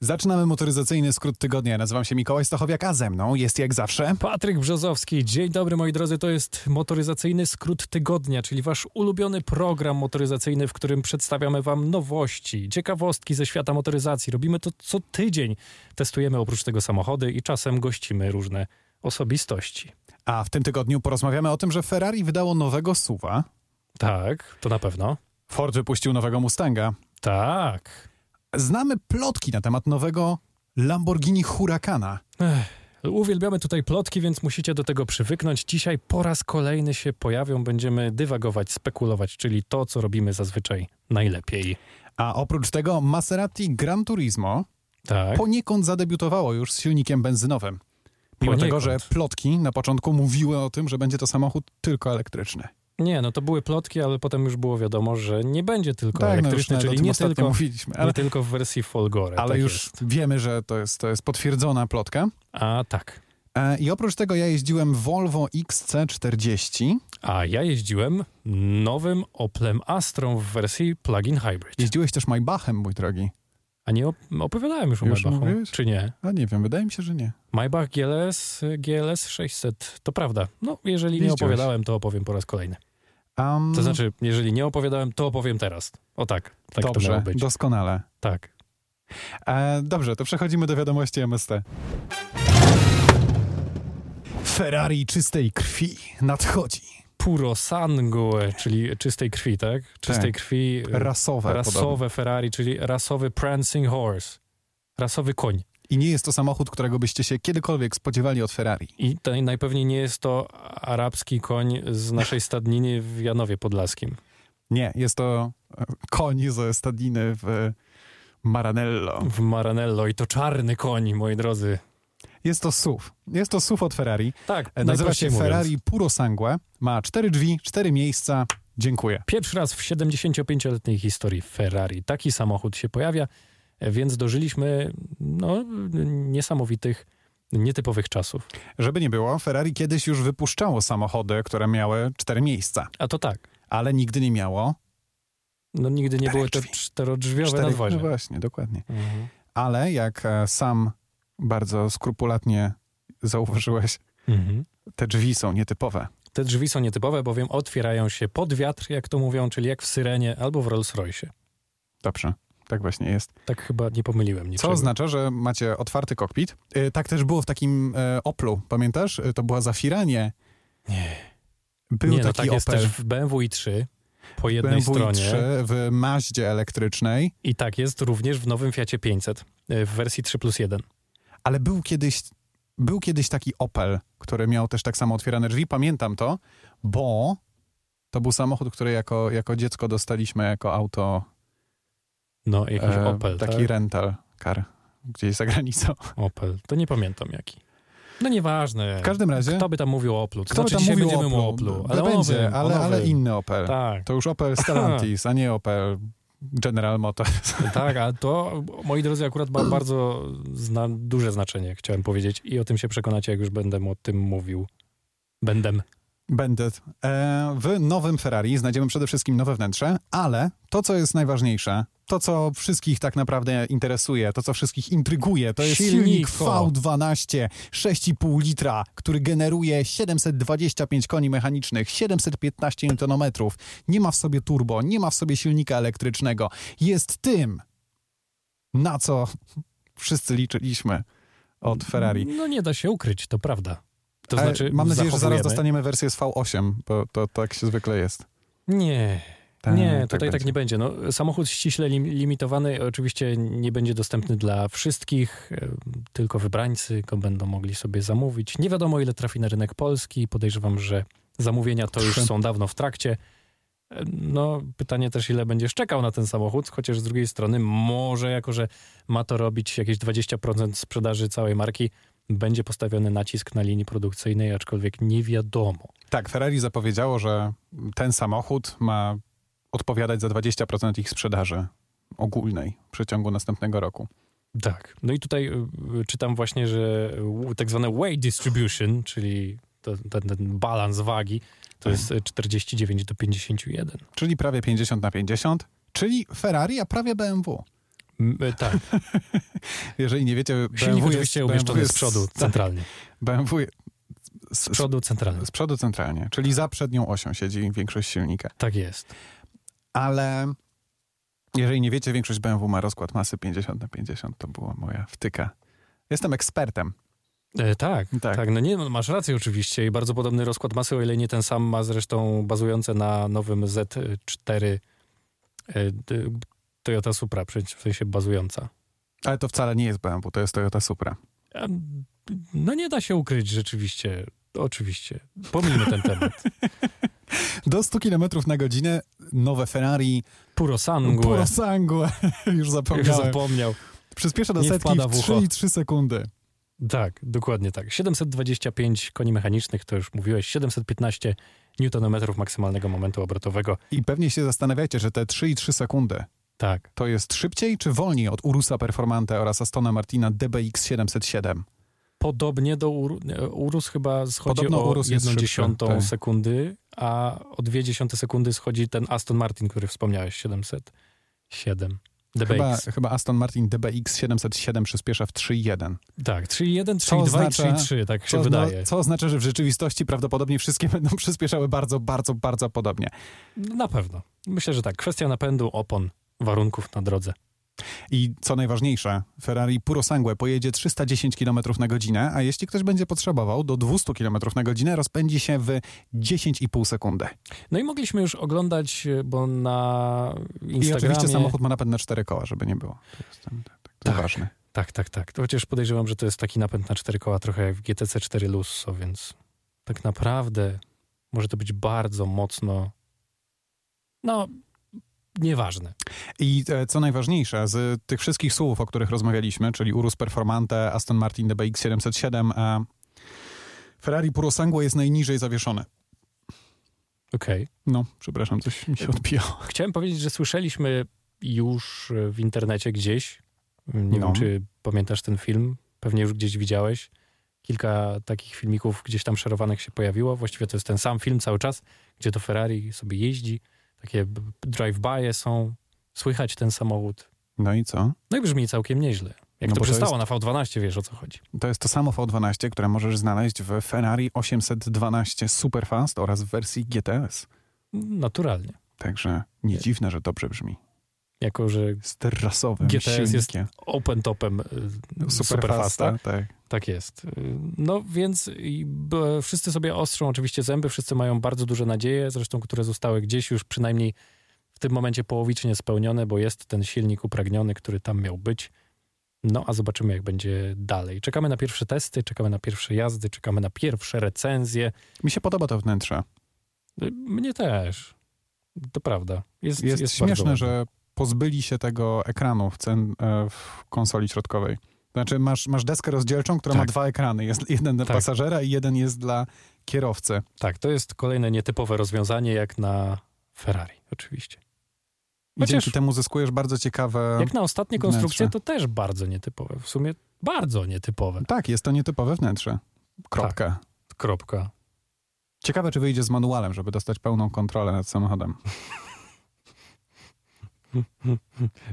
Zaczynamy motoryzacyjny skrót tygodnia. Nazywam się Mikołaj Stachowiak, a ze mną jest jak zawsze... Patryk Brzozowski. Dzień dobry moi drodzy, to jest motoryzacyjny skrót tygodnia, czyli wasz ulubiony program motoryzacyjny, w którym przedstawiamy wam nowości, ciekawostki ze świata motoryzacji. Robimy to co tydzień. Testujemy oprócz tego samochody i czasem gościmy różne osobistości. A w tym tygodniu porozmawiamy o tym, że Ferrari wydało nowego SUV-a, Tak, to na pewno. Ford wypuścił nowego Mustanga, Tak. znamy plotki na temat nowego Lamborghini Huracana. Uwielbiamy tutaj plotki, więc musicie do tego przywyknąć. Dzisiaj po raz kolejny się pojawią, będziemy dywagować, spekulować, czyli to, co robimy zazwyczaj najlepiej. A oprócz tego Maserati Gran Turismo Tak. poniekąd zadebiutowało już z silnikiem benzynowym. Mimo Poniekąd. tego, że plotki na początku mówiły o tym, że będzie to samochód tylko elektryczny. Nie, no to były plotki, ale potem już było wiadomo, że nie będzie tylko no już elektryczny, nawet o czyli tym nie ostatnio tylko, mówiliśmy, nie ale, tylko w wersji Folgore. ale tak już Jest. wiemy, że to jest, to jest potwierdzona plotka. A tak. E, I oprócz tego ja jeździłem Volvo XC40. A ja jeździłem nowym Oplem Astrą w wersji plug-in hybrid. Jeździłeś też Maybachem, mój drogi. A nie op- opowiadałem już o Już Maybachu, mówiłeś? czy nie? A nie wiem, wydaje mi się, że nie. Maybach GLS, y, GLS 600, to prawda. No, jeżeli Jeździłeś. nie opowiadałem, to opowiem po raz kolejny. Am, To znaczy, jeżeli nie opowiadałem, to opowiem teraz. O tak, tak to miało dobrze, być. doskonale. Tak. E, dobrze, to przechodzimy do wiadomości MST. Ferrari czystej krwi nadchodzi. Puro sangue, czyli czystej krwi, tak? Czystej krwi... y, Rasowe. podobno. rasowe Ferrari, czyli rasowy prancing horse. Rasowy koń. I nie jest to samochód, którego byście się kiedykolwiek spodziewali od Ferrari. I to najpewniej nie jest to arabski koń z naszej stadniny w Janowie Podlaskim. Nie, jest to e, koń ze stadniny w e, Maranello. W Maranello i to czarny koń, moi drodzy. Jest to SUV. Jest to SUV od Ferrari. Tak, E, Nazywa się najprościej mówiąc. Ferrari Puro Sangue. Ma cztery drzwi, cztery miejsca. Dziękuję. Pierwszy raz w 75-letniej historii Ferrari taki samochód się pojawia, więc dożyliśmy no, niesamowitych, nietypowych czasów. Żeby nie było, Ferrari kiedyś już wypuszczało samochody, które miały cztery miejsca, A to tak, ale nigdy nie miało no, nigdy nie Czterech były te drzwi. czterodrzwiowe czterech. nadwozie. No właśnie, dokładnie. Mhm. Ale jak e, sam bardzo skrupulatnie zauważyłeś, Mhm. te drzwi są nietypowe. Te drzwi są nietypowe, bowiem otwierają się pod wiatr, jak to mówią, czyli jak w Syrenie albo w Rolls-Royce. Dobrze, tak właśnie jest. Tak chyba nie pomyliłem Co niczego. oznacza, że macie otwarty kokpit. E, Tak też było w takim e, Oplu, pamiętasz? E, To była Zafira, nie? Nie. Był nie, no taki tak jest Opel też w BMW i3 po jednej BMW stronie i3 w Maździe elektrycznej, i tak jest również w nowym Fiacie 500 y, w wersji 3 plus 1. ale był kiedyś, był kiedyś taki Opel, który miał też tak samo otwierane drzwi. Pamiętam to, bo to był samochód, który jako, jako dziecko dostaliśmy jako auto No, jakiś E, Opel, Taki tak? rental car gdzieś za granicą. Opel, to nie pamiętam jaki. No nieważne, W każdym razie, kto by tam mówił o Oplu? To kto by znaczy, dzisiaj mówił będziemy o mu o Oplu, ale ale o No będzie, nowym, ale, o nowym. ale inny Opel. Tak, To już Opel Stellantis, a nie Opel General Motors. tak, a to, moi drodzy, akurat ma bardzo zna, duże znaczenie, chciałem powiedzieć. I o tym się przekonacie, jak już będę o tym mówił. Będę. Będę. E, w nowym Ferrari znajdziemy przede wszystkim nowe wnętrze, ale to, co jest najważniejsze, to, co wszystkich tak naprawdę interesuje, to, co wszystkich intryguje, to jest silnik Silniko. V12 6,5 litra, który generuje 725 koni mechanicznych, 715 Nm. Nie ma w sobie turbo, nie ma w sobie silnika elektrycznego. Jest tym, na co wszyscy liczyliśmy od Ferrari. No nie da się ukryć, to prawda. To Ale znaczy, mam nadzieję, że zaraz zachowujemy- dostaniemy wersję z V8, bo to tak się zwykle jest. Nie, Tak, nie, tutaj tak, będzie. nie będzie. No, samochód ściśle lim, limitowany oczywiście nie będzie dostępny dla wszystkich, e, tylko wybrańcy go będą mogli sobie zamówić. Nie wiadomo, ile trafi na rynek polski. Podejrzewam, że zamówienia to już Trzy. są dawno w trakcie. E, No, pytanie też, ile będziesz czekał na ten samochód, chociaż z drugiej strony może, jako że ma to robić jakieś 20% sprzedaży całej marki, będzie postawiony nacisk na linii produkcyjnej, aczkolwiek nie wiadomo. Tak, Ferrari zapowiedziało, że ten samochód ma odpowiadać za 20% ich sprzedaży ogólnej w przeciągu następnego roku. Tak. No i tutaj y, czytam właśnie, że y, tak zwane weight distribution, czyli to, ten, ten balans wagi, to Mhm. jest y, 49 do 51. Czyli prawie 50 na 50, czyli Ferrari, a prawie BMW. M, e, tak, Jeżeli nie wiecie, silnik BMW jest, oczywiście umieszczony z przodu tak, centralnie. BMW je- z, z, Z przodu centralnie, z przodu centralnie, czyli za przednią osią siedzi większość silnika. tak jest. Ale jeżeli nie wiecie, większość BMW ma rozkład masy 50 na 50. To była moja wtyka. Jestem ekspertem. E, tak, Tak. tak, no nie, no, masz rację oczywiście i bardzo podobny rozkład masy, o ile nie ten sam ma zresztą bazujące na nowym Z4 e, d- Toyota Supra, przecież w sensie bazująca. Ale to wcale nie jest BMW, to jest Toyota Supra. A, No nie da się ukryć rzeczywiście, oczywiście. Pomijmy ten temat. Do 100 km na godzinę nowe Ferrari. Puro sangue. Puro sangue. Już Już zapomniałem. zapomniał. Przyspiesza do Nie setki wpada w w ucho. 3,3 sekundy. Tak, dokładnie tak. 725 koni mechanicznych, to już mówiłeś, 715 newtonometrów maksymalnego momentu obrotowego. I pewnie się zastanawiacie, że te 3,3 sekundy Tak. to jest szybciej czy wolniej od Urusa Performante oraz Astona Martina DBX 707? Podobnie do Ur- nie, Urus chyba schodzi Podobno o Urus jest jedną szybszy, dziesiątą tak. sekundy, a o dwie dziesiąte sekundy schodzi ten Aston Martin, który wspomniałeś, 707. DBX. Chyba, chyba Aston Martin DBX 707 przyspiesza w 3,1. Tak, 3,1, 3,2 i oznacza- 3,3, tak się Co, zna- wydaje. co oznacza, że w rzeczywistości prawdopodobnie wszystkie będą przyspieszały bardzo, bardzo, bardzo podobnie. No, Na pewno. Myślę, że tak. Kwestia napędu, opon, warunków na drodze. I co najważniejsze, Ferrari purosangue pojedzie 310 km na godzinę, a jeśli ktoś będzie potrzebował, do 200 km na godzinę rozpędzi się w 10,5 sekundy. No i mogliśmy już oglądać, e, bo na I Instagramie... oczywiście samochód ma napęd na cztery koła, żeby nie było. To jest, ten, tak, to Tak. ważne. Tak, tak, tak. To Chociaż podejrzewam, że to jest taki napęd na cztery koła, trochę jak w GTC 4 Lusso, więc tak naprawdę może to być bardzo mocno... No, nieważne. I e, co najważniejsze, z tych wszystkich słów, o których rozmawialiśmy, czyli Urus Performante, Aston Martin DBX 707, a e, Ferrari Purosangue jest najniżej zawieszone. Okej. No, przepraszam, coś mi się odbijało. Chciałem powiedzieć, że słyszeliśmy już e, w internecie gdzieś, nie No. wiem czy pamiętasz ten film, pewnie już gdzieś widziałeś. Kilka takich filmików gdzieś tam szerowanych się pojawiło. Właściwie to jest ten sam film cały czas, gdzie to Ferrari sobie jeździ. Takie b- b- drive-by'e są, słychać ten samochód. No i co? No i brzmi całkiem nieźle. Jak No to bo to przystało na V12, wiesz o co chodzi. To jest to samo V12, które możesz znaleźć w Ferrari 812 Superfast oraz w wersji GTS. Naturalnie. Także nie dziwne, że dobrze brzmi. Jako, że Z terrasowym GTS jest silnikiem. open topem y, Superfasta. tak. Tak jest. Y, No więc i b- wszyscy sobie ostrzą oczywiście zęby, wszyscy mają bardzo duże nadzieje, zresztą które zostały gdzieś już przynajmniej w tym momencie połowicznie spełnione, bo jest ten silnik upragniony, który tam miał być. No a zobaczymy jak będzie dalej. Czekamy na pierwsze testy, czekamy na pierwsze jazdy, czekamy na pierwsze recenzje. Mi się podoba to wnętrze. Y, Mnie też. To prawda. Jest, Jest, jest bardzo śmieszne, ładne. że pozbyli się tego ekranu w, cen, e, w konsoli środkowej. Znaczy, masz, masz deskę rozdzielczą, która ma Tak. dwa ekrany. Jest jeden dla Tak. pasażera i jeden jest dla kierowcy. Tak, to jest kolejne nietypowe rozwiązanie jak na Ferrari oczywiście. I Chociaż- dzięki temu zyskujesz bardzo ciekawe. Jak na ostatnie konstrukcje, wnętrze. to też bardzo nietypowe. W sumie bardzo nietypowe. Tak, jest to nietypowe wnętrze. Kropka. Tak. Kropka. Ciekawe, czy wyjdzie z manualem, żeby dostać pełną kontrolę nad samochodem.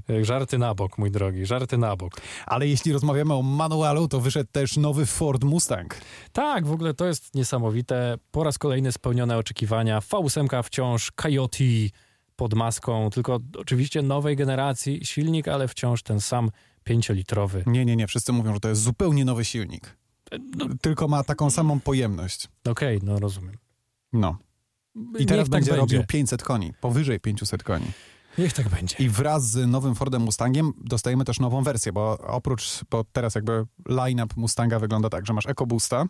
E, Żarty na bok, mój drogi, żarty na bok. Ale jeśli rozmawiamy o manualu, to wyszedł też nowy Ford Mustang. Tak, w ogóle to jest niesamowite. Po raz kolejny spełnione oczekiwania. V8 wciąż, Coyote pod maską, tylko oczywiście nowej generacji silnik, ale wciąż ten sam pięciolitrowy. Nie, nie, nie. Wszyscy mówią, że to jest zupełnie nowy silnik. No, Tylko ma taką samą pojemność. Okej, no rozumiem. No. I Niech teraz tak będzie będzie. robił 500 koni. Powyżej 500 koni. Niech tak będzie. I wraz z nowym Fordem Mustangiem dostajemy też nową wersję, bo oprócz, bo teraz jakby line-up Mustanga wygląda tak, że masz EcoBoosta,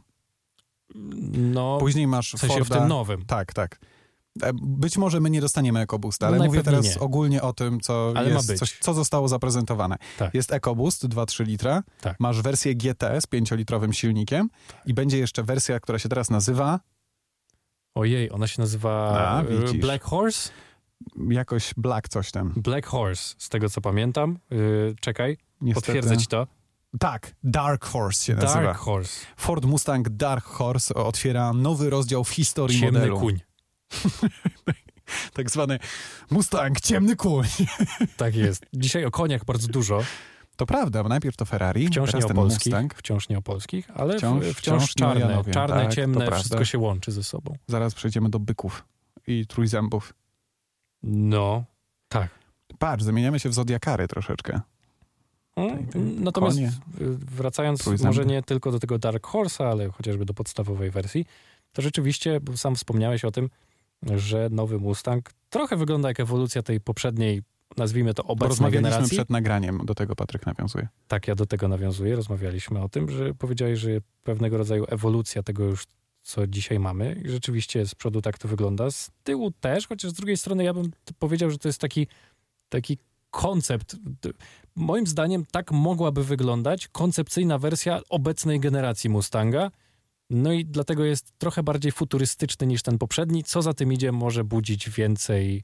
No, później masz w sensie w Forda... tym nowym. Tak, tak. E, Być może my nie dostaniemy EcoBoosta, ale No mówię teraz najpewniej nie. ogólnie o tym, co, Ale ma jest, być. Coś, co zostało zaprezentowane. Tak. Jest EcoBoost 2-3 litra, Tak. masz wersję GT z 5-litrowym silnikiem i będzie jeszcze wersja, która się teraz nazywa Ojej, ona się nazywa A, e, widzisz. Black Horse? jakoś Black coś tam. Black Horse, z tego co pamiętam. Yy, czekaj, Niestety. potwierdzę ci to. Tak, Dark Horse się nazywa. Dark Horse, Ford Mustang Dark Horse otwiera nowy rozdział w historii ciemny modelu. kuń. tak zwany Mustang, ciemny kuń. Tak jest. Dzisiaj o koniach bardzo dużo. To prawda, bo najpierw to Ferrari, Wciąż nie teraz o ten polskich, Mustang. wciąż nie o polskich, ale Wciąż- wciąż, wciąż, wciąż nie o czarne. Janowie. czarne, Tak, to ciemne, prawda. wszystko się łączy ze sobą. Zaraz przejdziemy do byków i trójzębów. No, tak. Patrz, zamieniamy się w zodiakary troszeczkę. Mm, Tak, tak. Natomiast Konie. y, wracając Trójzęby. może nie tylko do tego Dark Horse'a, ale chociażby do podstawowej wersji, to rzeczywiście, bo sam wspomniałeś o tym, że nowy Mustang trochę wygląda jak ewolucja tej poprzedniej, nazwijmy to obecnej Rozmawialiśmy generacji. przed nagraniem, do tego Patryk nawiązuje. Tak, ja do tego nawiązuję. Rozmawialiśmy o tym, że powiedziałeś, że pewnego rodzaju ewolucja tego już, co dzisiaj mamy. I rzeczywiście z przodu tak to wygląda, z tyłu też, chociaż z drugiej strony ja bym t- powiedział, że to jest taki, taki koncept. D- Moim zdaniem tak mogłaby wyglądać koncepcyjna wersja obecnej generacji Mustanga. No i dlatego jest trochę bardziej futurystyczny niż ten poprzedni. Co za tym idzie, może budzić więcej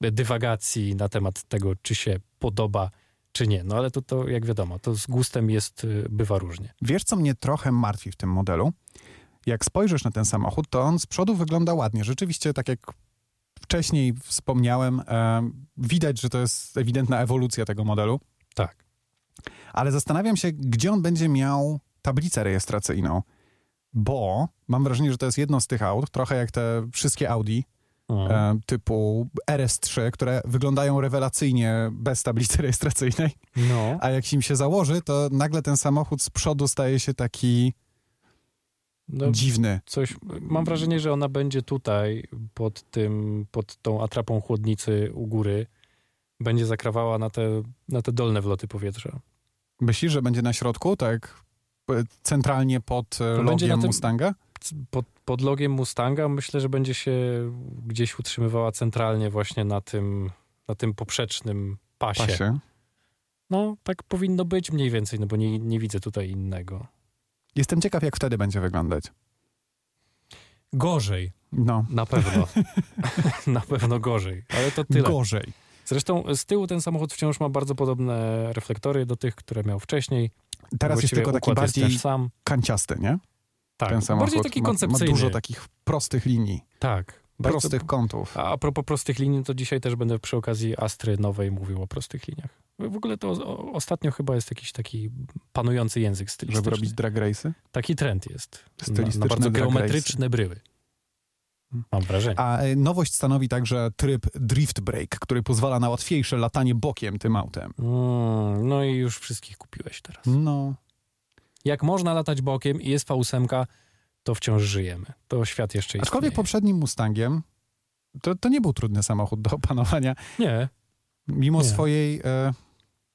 dywagacji na temat tego, czy się podoba czy nie. No ale to, to jak wiadomo, to z gustem jest, y, bywa różnie. Wiesz, co mnie trochę martwi w tym modelu? Jak spojrzysz na ten samochód, to on z przodu wygląda ładnie. Rzeczywiście, tak jak wcześniej wspomniałem, e, widać, że to jest ewidentna ewolucja tego modelu, Tak. ale zastanawiam się, gdzie on będzie miał tablicę rejestracyjną, bo mam wrażenie, że to jest jedno z tych aut, trochę jak te wszystkie Audi O, e, typu RS3, które wyglądają rewelacyjnie bez tablicy rejestracyjnej. No. A jak im się założy, to nagle ten samochód z przodu staje się taki no dziwny. coś, mam wrażenie, że ona będzie tutaj pod tym, pod tą atrapą chłodnicy u góry. Będzie zakrawała na te, na te dolne wloty powietrza. Myślisz, że będzie na środku, tak e, centralnie pod e, No, będzie na logiem tym- Mustanga? C- Pod, pod logiem Mustanga myślę, że będzie się gdzieś utrzymywała centralnie właśnie na tym, na tym poprzecznym pasie. Pasie. No, tak powinno być mniej więcej, no bo nie, nie widzę tutaj innego. Jestem ciekaw, jak wtedy będzie wyglądać. Gorzej. No, Na pewno. Na pewno gorzej, ale to tyle. gorzej. Zresztą z tyłu ten samochód wciąż ma bardzo podobne reflektory do tych, które miał wcześniej. Teraz jest Właściwie tylko taki układ bardziej Jest też sam. kanciasty, nie? Tak, Ten samochód bardziej taki ma, ma koncepcyjny. dużo tak- takich prostych linii, tak, bardzo- prostych kątów. A a propos prostych linii, to dzisiaj też będę przy okazji Astry nowej mówił o prostych liniach. W ogóle to o, ostatnio chyba jest jakiś taki panujący język stylistyczny. Żeby robić drag race'y. Taki trend jest. Na, Stylistyczne na bardzo drag Hmm. geometryczne bryły. Mam wrażenie. A e, nowość stanowi także tryb drift brake, który pozwala na łatwiejsze latanie bokiem tym autem. Mm, no i już wszystkich kupiłeś teraz. No, jak można latać bokiem i jest V8, to wciąż żyjemy. To świat jeszcze istnieje. Aczkolwiek poprzednim Mustangiem to, to nie był trudny samochód do opanowania, Nie, mimo Nie. swojej e,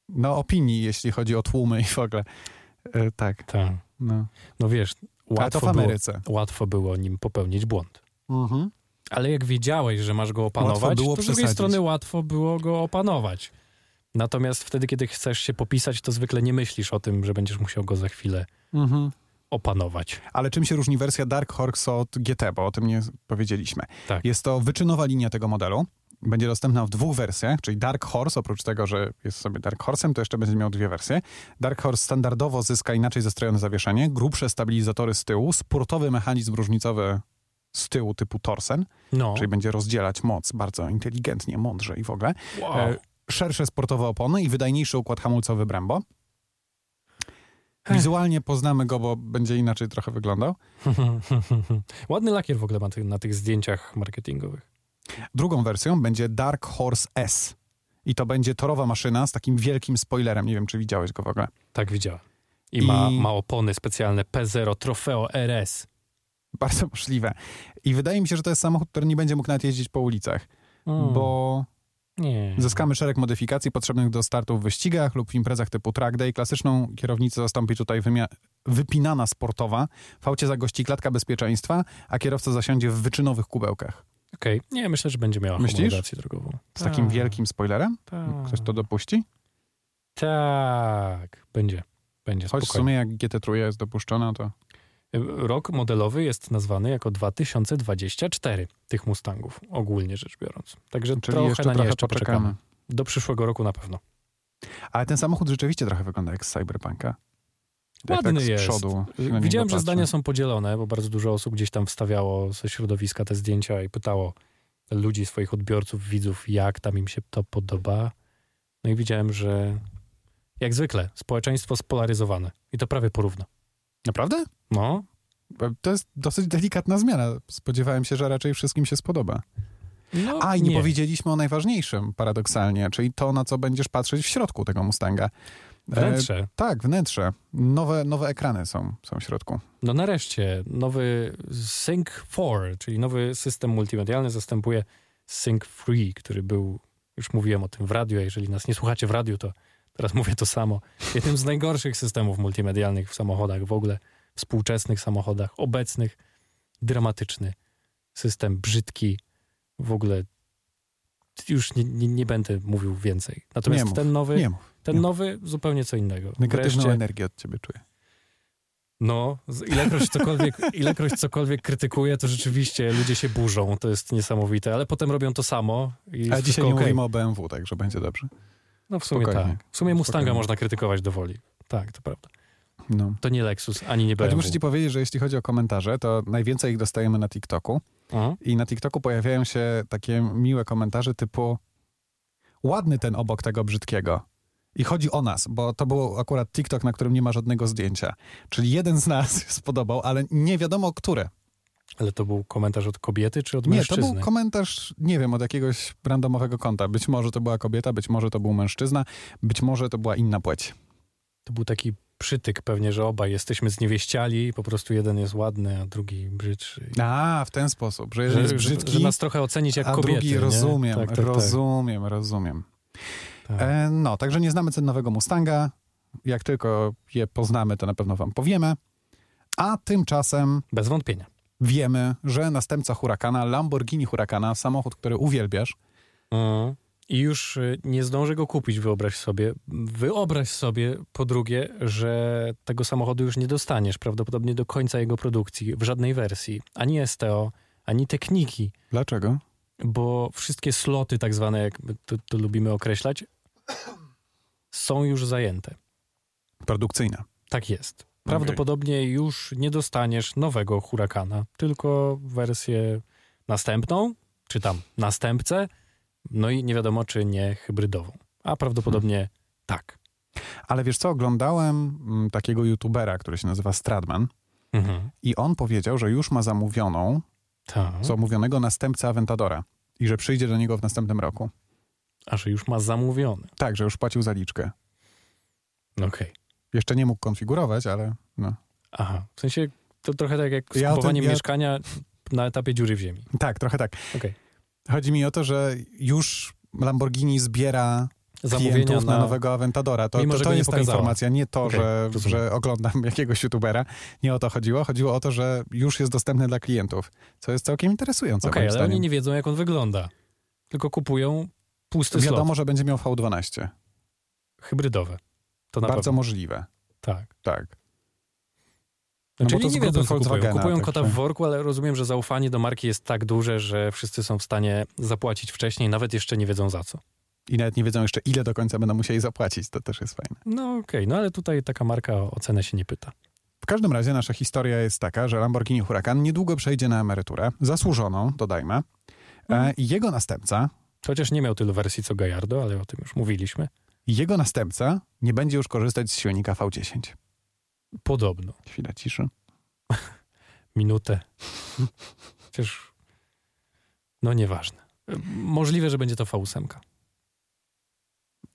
no, opinii, jeśli chodzi o tłumy i w ogóle. E, tak, tak. no. No wiesz, Ale to w łatwo było, Ameryce. łatwo było nim popełnić błąd. Mhm. Ale jak wiedziałeś, że masz go opanować, Łatwo było to z drugiej przesadzić. strony łatwo było go opanować. Natomiast wtedy, kiedy chcesz się popisać, to zwykle nie myślisz o tym, że będziesz musiał go za chwilę Mhm. opanować. Ale czym się różni wersja Dark Horse od GT, bo o tym nie powiedzieliśmy. Tak. Jest to wyczynowa linia tego modelu. Będzie dostępna w dwóch wersjach, czyli Dark Horse, oprócz tego, że jest sobie Dark Horsem, to jeszcze będzie miał dwie wersje. Dark Horse standardowo zyska inaczej zestrojone zawieszenie, grubsze stabilizatory z tyłu, sportowy mechanizm różnicowy z tyłu typu Torsen, No, czyli będzie rozdzielać moc bardzo inteligentnie, mądrze i w ogóle. wow. E, szersze sportowe opony i wydajniejszy układ hamulcowy Brembo. Ech. Wizualnie poznamy go, bo będzie inaczej trochę wyglądał. Ładny lakier w ogóle ma ty, na tych zdjęciach marketingowych. Drugą wersją będzie Dark Horse S. I to będzie torowa maszyna z takim wielkim spoilerem. Nie wiem, czy widziałeś go w ogóle. Tak widziałem. I, I- Ma, ma opony specjalne P0 Trofeo RS. Bardzo możliwe. I wydaje mi się, że to jest samochód, który nie będzie mógł nawet jeździć po ulicach, Mm, bo nie. zyskamy szereg modyfikacji potrzebnych do startu w wyścigach lub w imprezach typu track day. Klasyczną kierownicę zastąpi tutaj wymia- wypinana sportowa. W aucie zagości klatka bezpieczeństwa, a kierowca zasiądzie w wyczynowych kubełkach. Okej, nie, myślę, że będzie miała Myślisz? homologację drogową. Z takim Tak, wielkim spoilerem? tak. Ktoś to dopuści? Tak, będzie. Będzie Choć w spokojnie. Y, sumie jak GT3 jest dopuszczona, to Rok modelowy jest nazwany jako 2024 tych Mustangów, ogólnie rzecz biorąc. Także czyli trochę jeszcze na nie trochę jeszcze poczekamy. poczekamy. Do przyszłego roku na pewno. Ale ten samochód rzeczywiście trochę wygląda jak z Cyberpunka. Jak Ładny tak z jest. przodu. się na Widziałem, niego że patrzy. zdania są podzielone, bo bardzo dużo osób gdzieś tam wstawiało ze środowiska te zdjęcia i pytało, ludzi, swoich odbiorców, widzów, jak tam im się to podoba. No i widziałem, że jak zwykle społeczeństwo spolaryzowane i to prawie porówno. Naprawdę? No, To jest dosyć delikatna zmiana. Spodziewałem się, że raczej wszystkim się spodoba. no A i nie, e, powiedzieliśmy o najważniejszym, paradoksalnie, czyli to, na co będziesz patrzeć w środku tego Mustanga. E, Wnętrze. Tak, wnętrze. Nowe, nowe ekrany są, są w środku. No nareszcie nowy Sync 4, czyli nowy system multimedialny zastępuje Sync 3, który był, już mówiłem o tym w radiu, a jeżeli nas nie słuchacie w radiu, to teraz mówię to samo. Jednym z najgorszych systemów multimedialnych w samochodach w ogóle, współczesnych samochodach, obecnych. Dramatyczny system, brzydki, w ogóle już nie, nie, nie będę mówił więcej. Natomiast Nie mów, ten nowy, Nie mów. ten nie mów. nowy zupełnie co innego. Negatywną Wreszcie- energię od ciebie czuję. no, z- ilekroć cokolwiek, ilekroć cokolwiek krytykuje, to rzeczywiście ludzie się burzą, to jest niesamowite, ale potem robią to samo. I Ale jest dzisiaj wszystko nie okej. mówimy o BMW, także będzie dobrze. No w sumie Spokojnie. tak. W sumie Mustanga Spokojnie. można krytykować do woli. Tak, to prawda. No. To nie Lexus, ani nie Ale BMW. muszę ci powiedzieć, że jeśli chodzi o komentarze, to najwięcej ich dostajemy na TikToku. A? I na TikToku pojawiają się takie miłe komentarze typu ładny ten obok tego brzydkiego. I chodzi o nas, bo to był akurat TikTok, na którym nie ma żadnego zdjęcia. Czyli jeden z nas się spodobał, ale nie wiadomo które. Ale to był komentarz od kobiety czy od Nie, to mężczyzny? był komentarz, nie wiem, od jakiegoś randomowego konta. Być może to była kobieta, być może to był mężczyzna, być może to była inna płeć. To był taki przytyk pewnie, że obaj jesteśmy zniewieściali i po prostu jeden jest ładny, a drugi brzydszy. A, w ten sposób, że, Że, jest że, brzydki, że nas trochę ocenić jak a kobiety. drugi nie? rozumiem, Tak, tak, tak, rozumiem, rozumiem. tak. E, no, także nie znamy cen nowego Mustanga. Jak tylko je poznamy, to na pewno wam powiemy. A tymczasem Bez wątpienia. wiemy, że następca Huracana, Lamborghini Huracana, samochód, który uwielbiasz, Mm. I już y, nie zdążę go kupić, wyobraź sobie. Wyobraź sobie, po drugie, że tego samochodu już nie dostaniesz prawdopodobnie do końca jego produkcji w żadnej wersji. Ani STO, ani techniki, dlaczego? bo wszystkie sloty, tak zwane, jak my to, to lubimy określać, są już zajęte. Produkcyjna. Tak jest. Prawdopodobnie już nie dostaniesz nowego hurakana, tylko wersję następną, czy tam następcę, no i nie wiadomo, czy nie hybrydową. A prawdopodobnie Hmm. tak. Ale wiesz co, oglądałem mm, takiego youtubera, który się nazywa Stradman Mhm. i on powiedział, że już ma zamówioną, Tak. zamówionego następcę Aventadora i że przyjdzie do niego w następnym roku. A że już ma zamówiony. Tak, że już płacił zaliczkę. Okej. Jeszcze nie mógł konfigurować, ale no. Aha. W sensie to trochę tak jak z Ja o tym- kupowaniem ja- mieszkania na etapie dziury w ziemi. Tak, trochę tak. Okej. Chodzi mi o to, że już Lamborghini zbiera Zamówienia klientów na, na... nowego Aventadora. To, Mimo, to, że to go nie jest ta pokazała. informacja, nie to, Okej, że, rozumiem. że oglądam jakiegoś youtubera. Nie o to chodziło. Chodziło o to, że już jest dostępny dla klientów, co jest całkiem interesujące Okej, moim ale oni zdaniem. nie wiedzą, jak on wygląda. Tylko kupują pusty slot Wiadomo, że będzie miał V12. hybrydowe. To na Bardzo pewno. możliwe. Tak. Tak. No, No czyli bo to nie z wiedzą, grupy co kupują. Volkswagena, Kupują tak kota że- w worku, ale rozumiem, że zaufanie do marki jest tak duże, że wszyscy są w stanie zapłacić wcześniej, nawet jeszcze nie wiedzą za co. I nawet nie wiedzą jeszcze, ile do końca będą musieli zapłacić. To też jest fajne. No okej, no ale tutaj taka marka o o cenę się nie pyta. W każdym razie nasza historia jest taka, że Lamborghini Huracan niedługo przejdzie na emeryturę. Zasłużoną, dodajmy. Mhm. E, I jego następca, Chociaż nie miał tylu wersji co Gallardo, ale o tym już mówiliśmy. jego następca nie będzie już korzystać z silnika V10. Podobno. Chwila ciszy. Minutę. Przecież... No nieważne. Możliwe, że będzie to V8.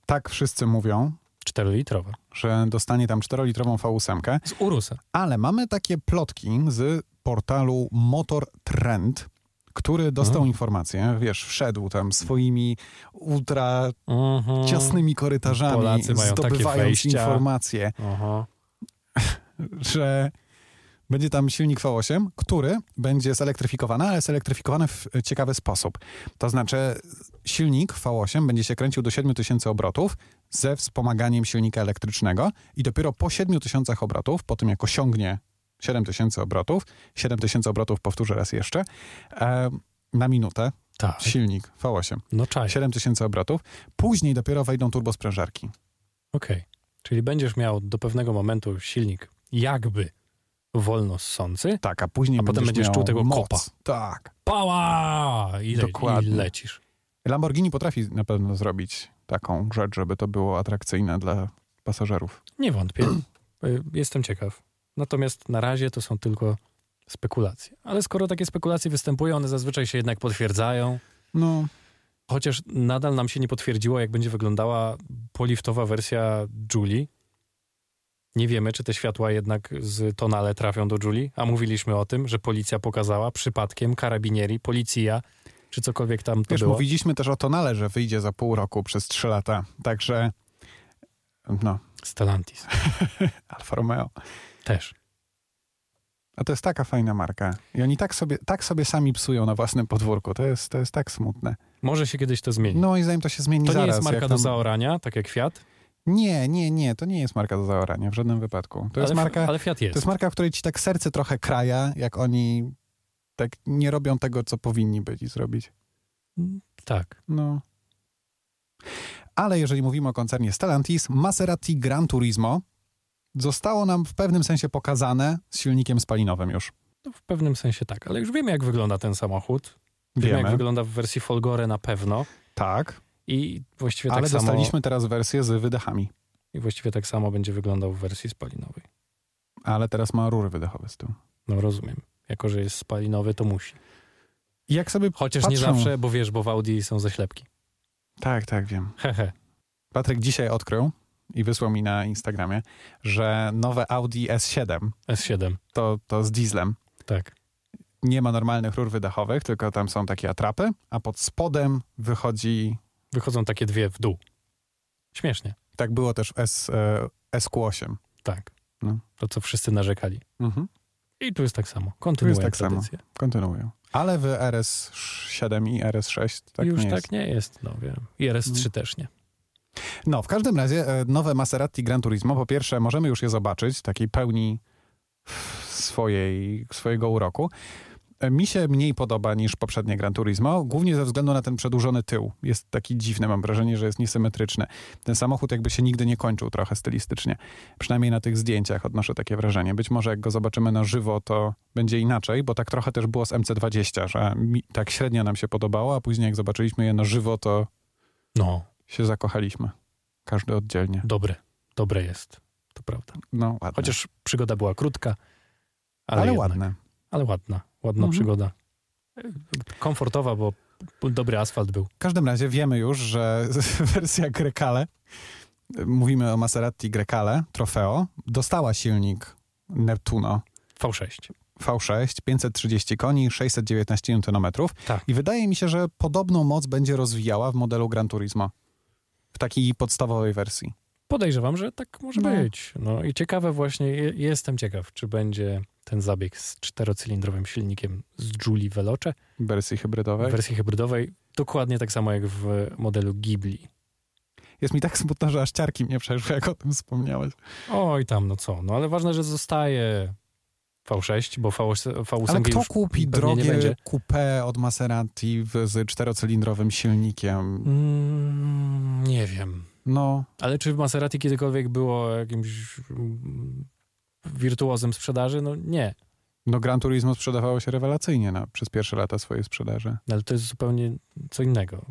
Tak wszyscy mówią, 4-litrowa. że dostanie tam 4-litrową V8, Z Urusa. ale mamy takie plotki z portalu Motor Trend, który dostał Mhm. informację, wiesz, wszedł tam swoimi ultra Mhm. ciasnymi korytarzami, Polacy mają takie zdobywając wejścia. informację, Aha. że będzie tam silnik V8, który będzie zelektryfikowany, ale zelektryfikowany w ciekawy sposób. To znaczy silnik V8 będzie się kręcił do 7000 obrotów ze wspomaganiem silnika elektrycznego i dopiero po 7000 obrotów, po tym jak osiągnie 7000 obrotów, 7000 obrotów powtórzę raz jeszcze, e, na minutę Tak. silnik V8, No czaj. 7000 obrotów, później dopiero wejdą turbosprężarki. Okej. Czyli będziesz miał do pewnego momentu silnik jakby wolno ssący, Tak, a później A potem będziesz miał czuł tego moc. kopa. Tak. pała! I, le- Dokładnie. I lecisz. Lamborghini potrafi na pewno zrobić taką rzecz, żeby to było atrakcyjne dla pasażerów. Nie wątpię. Y, Jestem ciekaw. Natomiast na razie to są tylko spekulacje. Ale skoro takie spekulacje występują, one zazwyczaj się jednak potwierdzają. No, Chociaż nadal nam się nie potwierdziło, jak będzie wyglądała poliftowa wersja Julie. Nie wiemy, czy te światła jednak z tonale trafią do Julie, a mówiliśmy o tym, że policja pokazała przypadkiem karabinieri, policja, czy cokolwiek tam to wiesz, było. mówiliśmy też o Tonale, że wyjdzie za pół roku przez trzy lata, także no, Stellantis Alfa Romeo. też. A to jest taka fajna marka. I oni tak sobie, tak sobie sami psują na własnym podwórku. To jest, to jest tak smutne. Może się kiedyś to zmieni. No i zanim to się zmieni to zaraz. nie jest marka jak do tam- zaorania, tak jak Fiat, Nie, nie, nie. To nie jest marka do zaorania w żadnym wypadku. To ale, jest marka... ale Fiat To jest. jest marka, w której ci tak serce trochę kraja, jak oni tak nie robią tego, co powinni byli zrobić. Tak. No. Ale jeżeli mówimy o koncernie Stellantis, Maserati Gran Turismo zostało nam w pewnym sensie pokazane z silnikiem spalinowym już. No, w pewnym sensie tak, ale już wiemy, jak wygląda ten samochód. Wiemy, jak wygląda w wersji Folgore na pewno. tak, I właściwie ale tak samo... dostaliśmy teraz wersję z wydechami. I właściwie tak samo będzie wyglądał w wersji spalinowej. Ale teraz ma rury wydechowe z tyłu. No rozumiem. Jako, że jest spalinowy, to musi. I Jak sobie... Chociaż nie Patrzą. zawsze, bo wiesz, bo w Audi są zaślepki. Tak, tak, wiem. Hehe. Patryk dzisiaj odkrył i wysłał mi na Instagramie, że nowe Audi S7 S7. to, to z dieslem Tak. nie ma normalnych rur wydechowych, tylko tam są takie atrapy, a pod spodem wychodzi, Wychodzą takie dwie w dół. Śmiesznie. tak było też w S, e, SQ8. Tak. No. To, co wszyscy narzekali. Mhm. I tu jest tak samo. Kontynuuję tak samo. tradycję. Kontynuuję. Ale w RS7 i RS6 tak Już nie tak jest. nie jest. No wiem. I RS3 też nie. No, w każdym razie e, nowe Maserati Gran Turismo, po pierwsze możemy już je zobaczyć, takiej pełni swojej, swojego uroku. E, Mi się mniej podoba niż poprzednie Gran Turismo, głównie ze względu na ten przedłużony tył. Jest taki dziwny, mam wrażenie, że jest niesymetryczny. Ten samochód jakby się nigdy nie kończył trochę stylistycznie. Przynajmniej na tych zdjęciach odnoszę takie wrażenie. Być może jak go zobaczymy na żywo, to będzie inaczej, bo tak trochę też było z MC20, że mi, tak średnio nam się podobało, a później jak zobaczyliśmy je na żywo, to No, się zakochaliśmy. Każdy oddzielnie. dobre. Dobre jest. To prawda. No, ładne. Chociaż przygoda była krótka. Ale, ale jednak. ładne. Ale ładna. Ładna Mhm. przygoda. Komfortowa, bo dobry asfalt był. W każdym razie wiemy już, że wersja Grecale, mówimy o Maserati Grecale Trofeo, dostała silnik Neptuno V6. V6, 530 koni, 619 Nm. Tak. I wydaje mi się, że podobną moc będzie rozwijała w modelu Gran Turismo. W takiej podstawowej wersji. Podejrzewam, że tak może No. być. No i ciekawe właśnie, je- jestem ciekaw, czy będzie ten zabieg z czterocylindrowym silnikiem z Julie Veloce W wersji w hybrydowej. wersji hybrydowej, dokładnie tak samo jak w modelu Ghibli. Jest mi tak smutno, że aż ciarki mnie przeszły, jak o tym wspomniałeś. Oj tam, no co, no ale ważne, że zostaje V6, bo V8, V8 Ale kto już kupi pewnie nie drogie będzie. coupé od Maserati w- z czterocylindrowym silnikiem? Mm, nie wiem. No, Ale czy Maserati kiedykolwiek było jakimś mm, wirtuozem sprzedaży? No nie. no Gran Turismo sprzedawało się rewelacyjnie na, przez pierwsze lata swojej sprzedaży. No, ale to jest zupełnie co innego.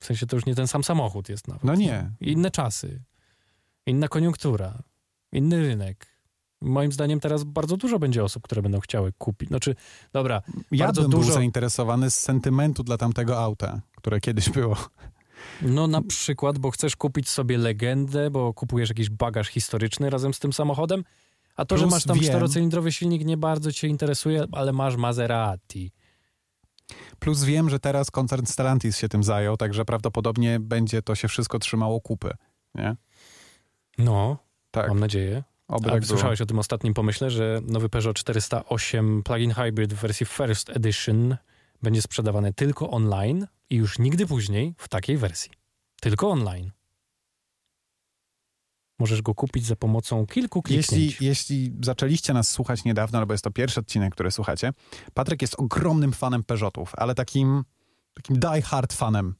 W sensie to już nie ten sam samochód jest nawet. No nie. Inne czasy, inna koniunktura, inny rynek. Moim zdaniem teraz bardzo dużo będzie osób, które będą chciały kupić. Znaczy, dobra, Ja Bardzo bym dużo- był zainteresowany z sentymentu dla tamtego auta, które kiedyś było. no na przykład, bo chcesz kupić sobie legendę, bo kupujesz jakiś bagaż historyczny razem z tym samochodem, a to, Plus że masz tam wiem- czterocylindrowy silnik nie bardzo cię interesuje, ale masz Maserati. Plus wiem, że teraz koncern Stellantis się tym zajął, także prawdopodobnie będzie to się wszystko trzymało kupy. Nie? No, Tak, mam nadzieję. oby Ale tak było. słyszałeś o tym ostatnim pomyśle, że nowy Peugeot 408 plug-in hybrid w wersji First Edition będzie sprzedawany tylko online i już nigdy później w takiej wersji. Tylko online. Możesz go kupić za pomocą kilku Jeśli, kliknięć. jeśli zaczęliście nas słuchać niedawno, albo jest to pierwszy odcinek, który słuchacie, Patryk jest ogromnym fanem Peugeotów, ale takim, takim die hard fanem.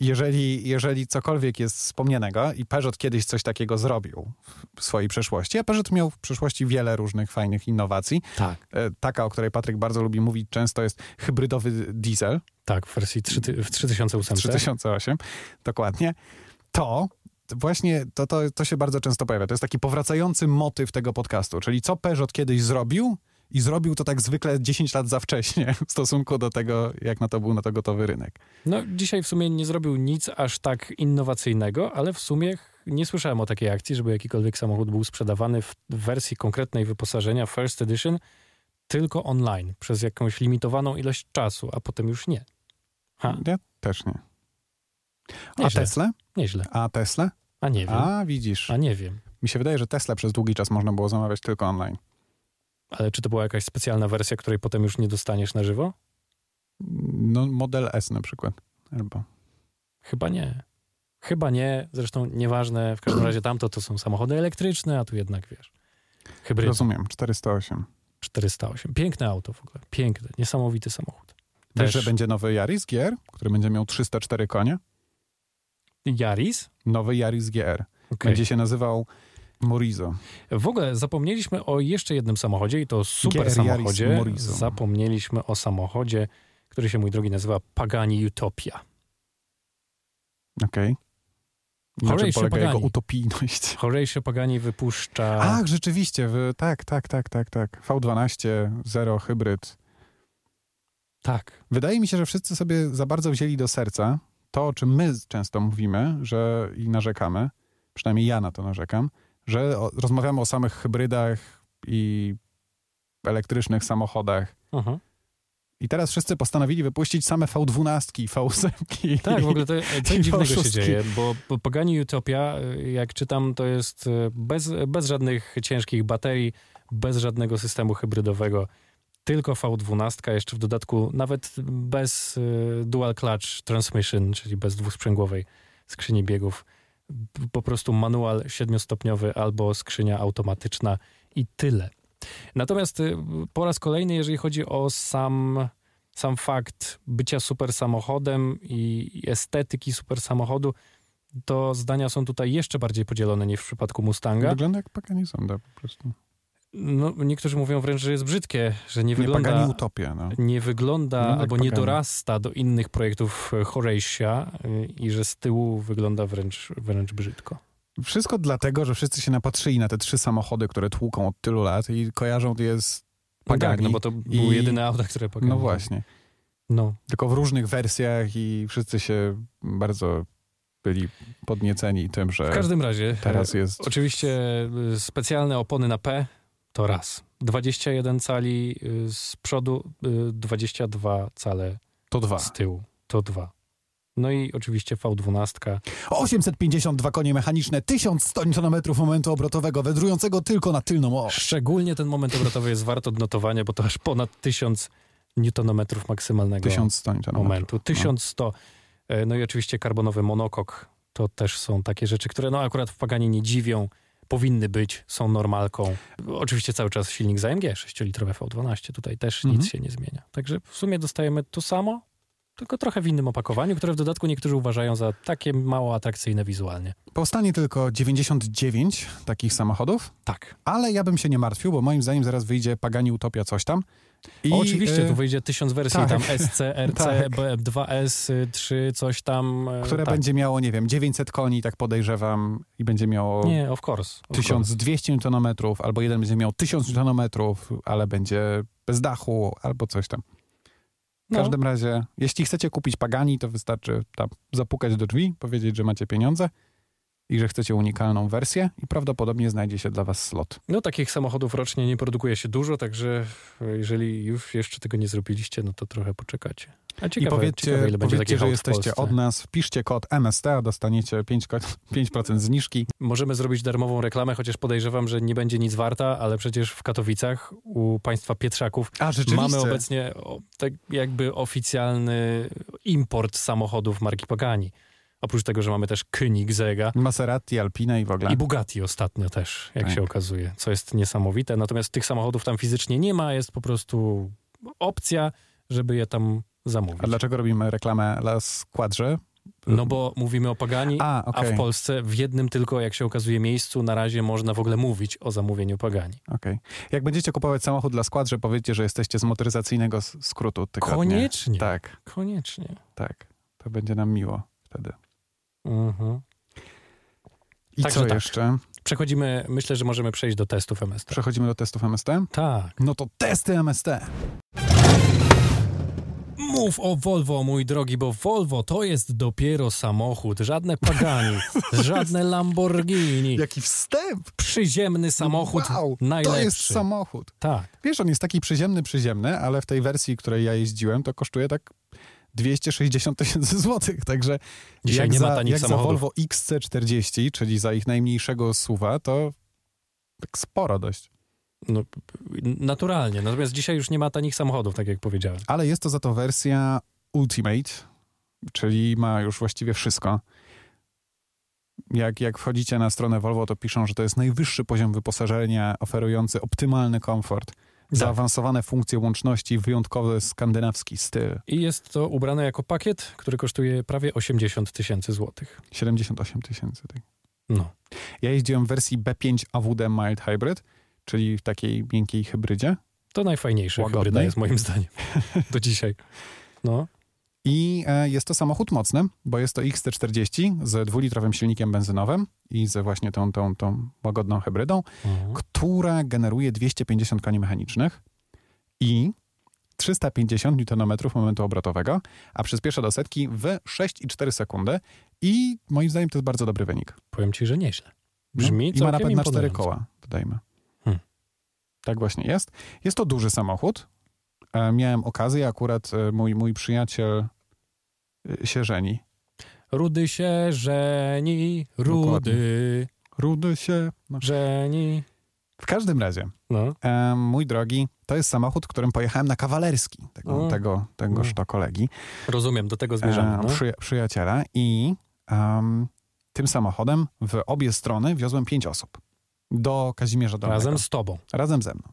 jeżeli, jeżeli cokolwiek jest wspomnianego i Peugeot kiedyś coś takiego zrobił w swojej przeszłości, a Peugeot miał w przeszłości wiele różnych fajnych innowacji. Tak. E, Taka, o której Patryk bardzo lubi mówić często jest hybrydowy diesel Tak, w wersji 3, w 3008. 3008, dokładnie. To właśnie, to, to, to się bardzo często pojawia. To jest taki powracający motyw tego podcastu, czyli co Peugeot kiedyś zrobił i zrobił to tak zwykle 10 lat za wcześnie w stosunku do tego, jak na to był na to gotowy rynek. No, dzisiaj w sumie nie zrobił nic aż tak innowacyjnego, ale w sumie ch- nie słyszałem o takiej akcji, żeby jakikolwiek samochód był sprzedawany w w wersji konkretnej wyposażenia First Edition tylko online przez jakąś limitowaną ilość czasu, a potem już nie. Ha, Ja też nie. A Nieźle. Tesla? nieźle. A Tesla? A nie wiem. A widzisz. A nie wiem. Mi się wydaje, że Tesla przez długi czas można było zamawiać tylko online. Ale czy to była jakaś specjalna wersja, której potem już nie dostaniesz na żywo? No, model S na przykład. Albo. Chyba nie. Chyba nie. Zresztą nieważne. W każdym razie tamto to są samochody elektryczne, a tu jednak wiesz. Hybryd Rozumiem, 408. 408. Piękne auto w ogóle. Piękne. Niesamowity samochód. Też, Też. że będzie nowy Yaris GR, który będzie miał 304 konie. Yaris? Nowy Yaris GR. Okej. Będzie się nazywał Morizo. W ogóle zapomnieliśmy o jeszcze jednym samochodzie i to super GR Yaris samochodzie. Morrison. Zapomnieliśmy o samochodzie, który się, mój drogi, nazywa Pagani Utopia. Okej. Na czym Horatio polega jego Pagani. utopijność? Horatio Pagani wypuszcza... Ach, rzeczywiście. W, tak, tak, tak, tak, tak. V12, zero hybryd. Tak. Wydaje mi się, że wszyscy sobie za bardzo wzięli do serca to, o czym my często mówimy że i narzekamy, przynajmniej ja na to narzekam, że o, rozmawiamy o samych hybrydach i elektrycznych samochodach. Mhm. I teraz wszyscy postanowili wypuścić same V12, V8. Tak, w ogóle to, co I dziwnego się fałszywki. dzieje, bo, bo Pagani Utopia, y, jak czytam, to jest y, bez, bez żadnych ciężkich baterii, bez żadnego systemu hybrydowego, tylko V12, jeszcze w dodatku nawet bez y, dual clutch transmission, czyli bez dwusprzęgłowej skrzyni biegów. P- Po prostu manual siedmiostopniowy albo skrzynia automatyczna i tyle. Natomiast y, po raz kolejny, jeżeli chodzi o sam sam fakt bycia super samochodem i i estetyki super samochodu, to zdania są tutaj jeszcze bardziej podzielone niż w przypadku Mustanga. Wygląda jak Pagani Sonda po prostu. No, niektórzy mówią wręcz, że jest brzydkie, że nie Nie Pagani wygląda, Utopia, no. nie wygląda Wygląda jak albo nie Pagani. dorasta do innych projektów Horatia i że z tyłu wygląda wręcz, wręcz brzydko. Wszystko dlatego, że wszyscy się napatrzyli na te trzy samochody, które tłuką od tylu lat i kojarzą je z No Pagani. tak, no bo to były i- jedyne auta, które Pagani. no właśnie. No. tylko w różnych wersjach i wszyscy się bardzo byli podnieceni tym, że W każdym razie E, teraz jest... Oczywiście y, specjalne opony na P to raz. 21 cali y, z przodu, y, 22 cale To dwa. z tyłu. To dwa. No i oczywiście V12. 852 konie mechaniczne, 1100 Nm momentu obrotowego, wędrującego tylko na tylną oś. Szczególnie ten moment obrotowy jest wart odnotowania, bo to aż ponad 1000 newtonometrów maksymalnego 1100 Nm. momentu. 1100. e, No i oczywiście karbonowy monokok. To też są takie rzeczy, które no akurat w Paganie nie dziwią. Powinny być, są normalką. Oczywiście cały czas silnik z AMG, 6-litrowe V12. Tutaj też Mhm. nic się nie zmienia. Także w sumie dostajemy to samo, tylko trochę w innym opakowaniu, które w dodatku niektórzy uważają za takie mało atrakcyjne wizualnie. Powstanie tylko 99 takich samochodów, Tak. ale ja bym się nie martwił, bo moim zdaniem zaraz wyjdzie Pagani Utopia coś tam. I, oczywiście e, tu wyjdzie tysiąc wersji, tak. tam SC, RC, Tak. BF2S, y, 3, coś tam. e, które tak. będzie miało, nie wiem, 900 koni, tak podejrzewam, i będzie miało Nie, of course. Of course. 1200 Nm, albo jeden będzie miał 1000 Nm, ale będzie bez dachu, albo coś tam. W No. każdym razie, jeśli chcecie kupić Pagani, to wystarczy tam zapukać do drzwi, powiedzieć, że macie pieniądze i że chcecie unikalną wersję i prawdopodobnie znajdzie się dla was slot. No takich samochodów rocznie nie produkuje się dużo, także e, jeżeli już jeszcze tego nie zrobiliście, no to trochę poczekacie. A ciekawe, I powiedzcie, ciekawe ile będzie powiedzcie takich że aut jesteście w Polsce. od nas, wpiszcie kod MST, a dostaniecie 5, ko- 5% zniżki. Możemy zrobić darmową reklamę, chociaż podejrzewam, że nie będzie nic warta, ale przecież w Katowicach u państwa Pietrzaków A, mamy obecnie o, tak jakby oficjalny import samochodów marki Pagani. Oprócz tego, że mamy też Koenigsegga, Maserati, Alpina i w ogóle. I Bugatti ostatnio też, jak Tak. się okazuje, co jest niesamowite. Natomiast tych samochodów tam fizycznie nie ma, jest po prostu opcja, żeby je tam zamówić. A dlaczego robimy reklamę Las Quadrze? No bo mówimy o Pagani, A, a okej. w Polsce w jednym tylko, jak się okazuje, miejscu na razie można w ogóle mówić o zamówieniu Pagani. Okej. Jak będziecie kupować samochód dla składrze, powiedzcie, że jesteście z motoryzacyjnego s- skrótu tygodnia. Koniecznie. Tak, Koniecznie. tak. To będzie nam miło wtedy. Mhm. I Także co tak. jeszcze? Przechodzimy, myślę, że możemy przejść do testów MST. Przechodzimy do testów MST? Tak. No to testy MST! Mów o Volvo, mój drogi, bo Volvo to jest dopiero samochód. Żadne Pagani, żadne Lamborghini. Jaki wstęp! Przyziemny samochód Wow, najlepszy. To jest samochód. Tak. Wiesz, on jest taki przyziemny, przyziemny, ale w tej wersji, której ja jeździłem, to kosztuje tak 260 tysięcy złotych, także Dzisiaj jak, nie za, ma tanich jak za samochodów. Volvo XC40, czyli za ich najmniejszego suwa, to tak sporo dość. No, naturalnie. Natomiast dzisiaj już nie ma tanich samochodów, tak jak powiedziałem. Ale jest to za to wersja Ultimate, czyli ma już właściwie wszystko. Jak, jak wchodzicie na stronę Volvo, to piszą, że to jest najwyższy poziom wyposażenia oferujący optymalny komfort, Tak. zaawansowane funkcje łączności, wyjątkowy skandynawski styl. I jest to ubrane jako pakiet, który kosztuje prawie 80 tysięcy złotych. 78 tysięcy. Tak. No. Ja jeździłem w wersji B5 AWD Mild Hybrid, czyli w takiej miękkiej hybrydzie. To najfajniejsza Łagodny. hybryda jest moim zdaniem. Do dzisiaj. No. I e, jest to samochód mocny, bo jest to XT40 z dwulitrowym silnikiem benzynowym i ze właśnie tą, tą, tą łagodną hybrydą, Mhm. która generuje 250 koni mechanicznych i 350 Nm momentu obrotowego, a przyspiesza do setki w 6,4 sekundy i moim zdaniem to jest bardzo dobry wynik. Powiem ci, że nieźle. Brzmi No, I ma całkiem napęd na cztery imponująco. koła, dodajmy. Hmm. Tak właśnie jest. Jest to duży samochód. E, Miałem okazję, akurat e, mój, mój przyjaciel e, się żeni. Rudy się żeni, rudy Dokładnie. Rudy się... No. żeni. W każdym razie, No. e, mój drogi, to jest samochód, którym pojechałem na kawalerski tego, Mm. tego, tegoż Mm. to kolegi, Rozumiem, do tego zmierzamy. e, No. przyja- przyjaciela i em, tym samochodem w obie strony wiozłem pięć osób. Do Kazimierza Dolnego. Razem z tobą. Razem ze mną.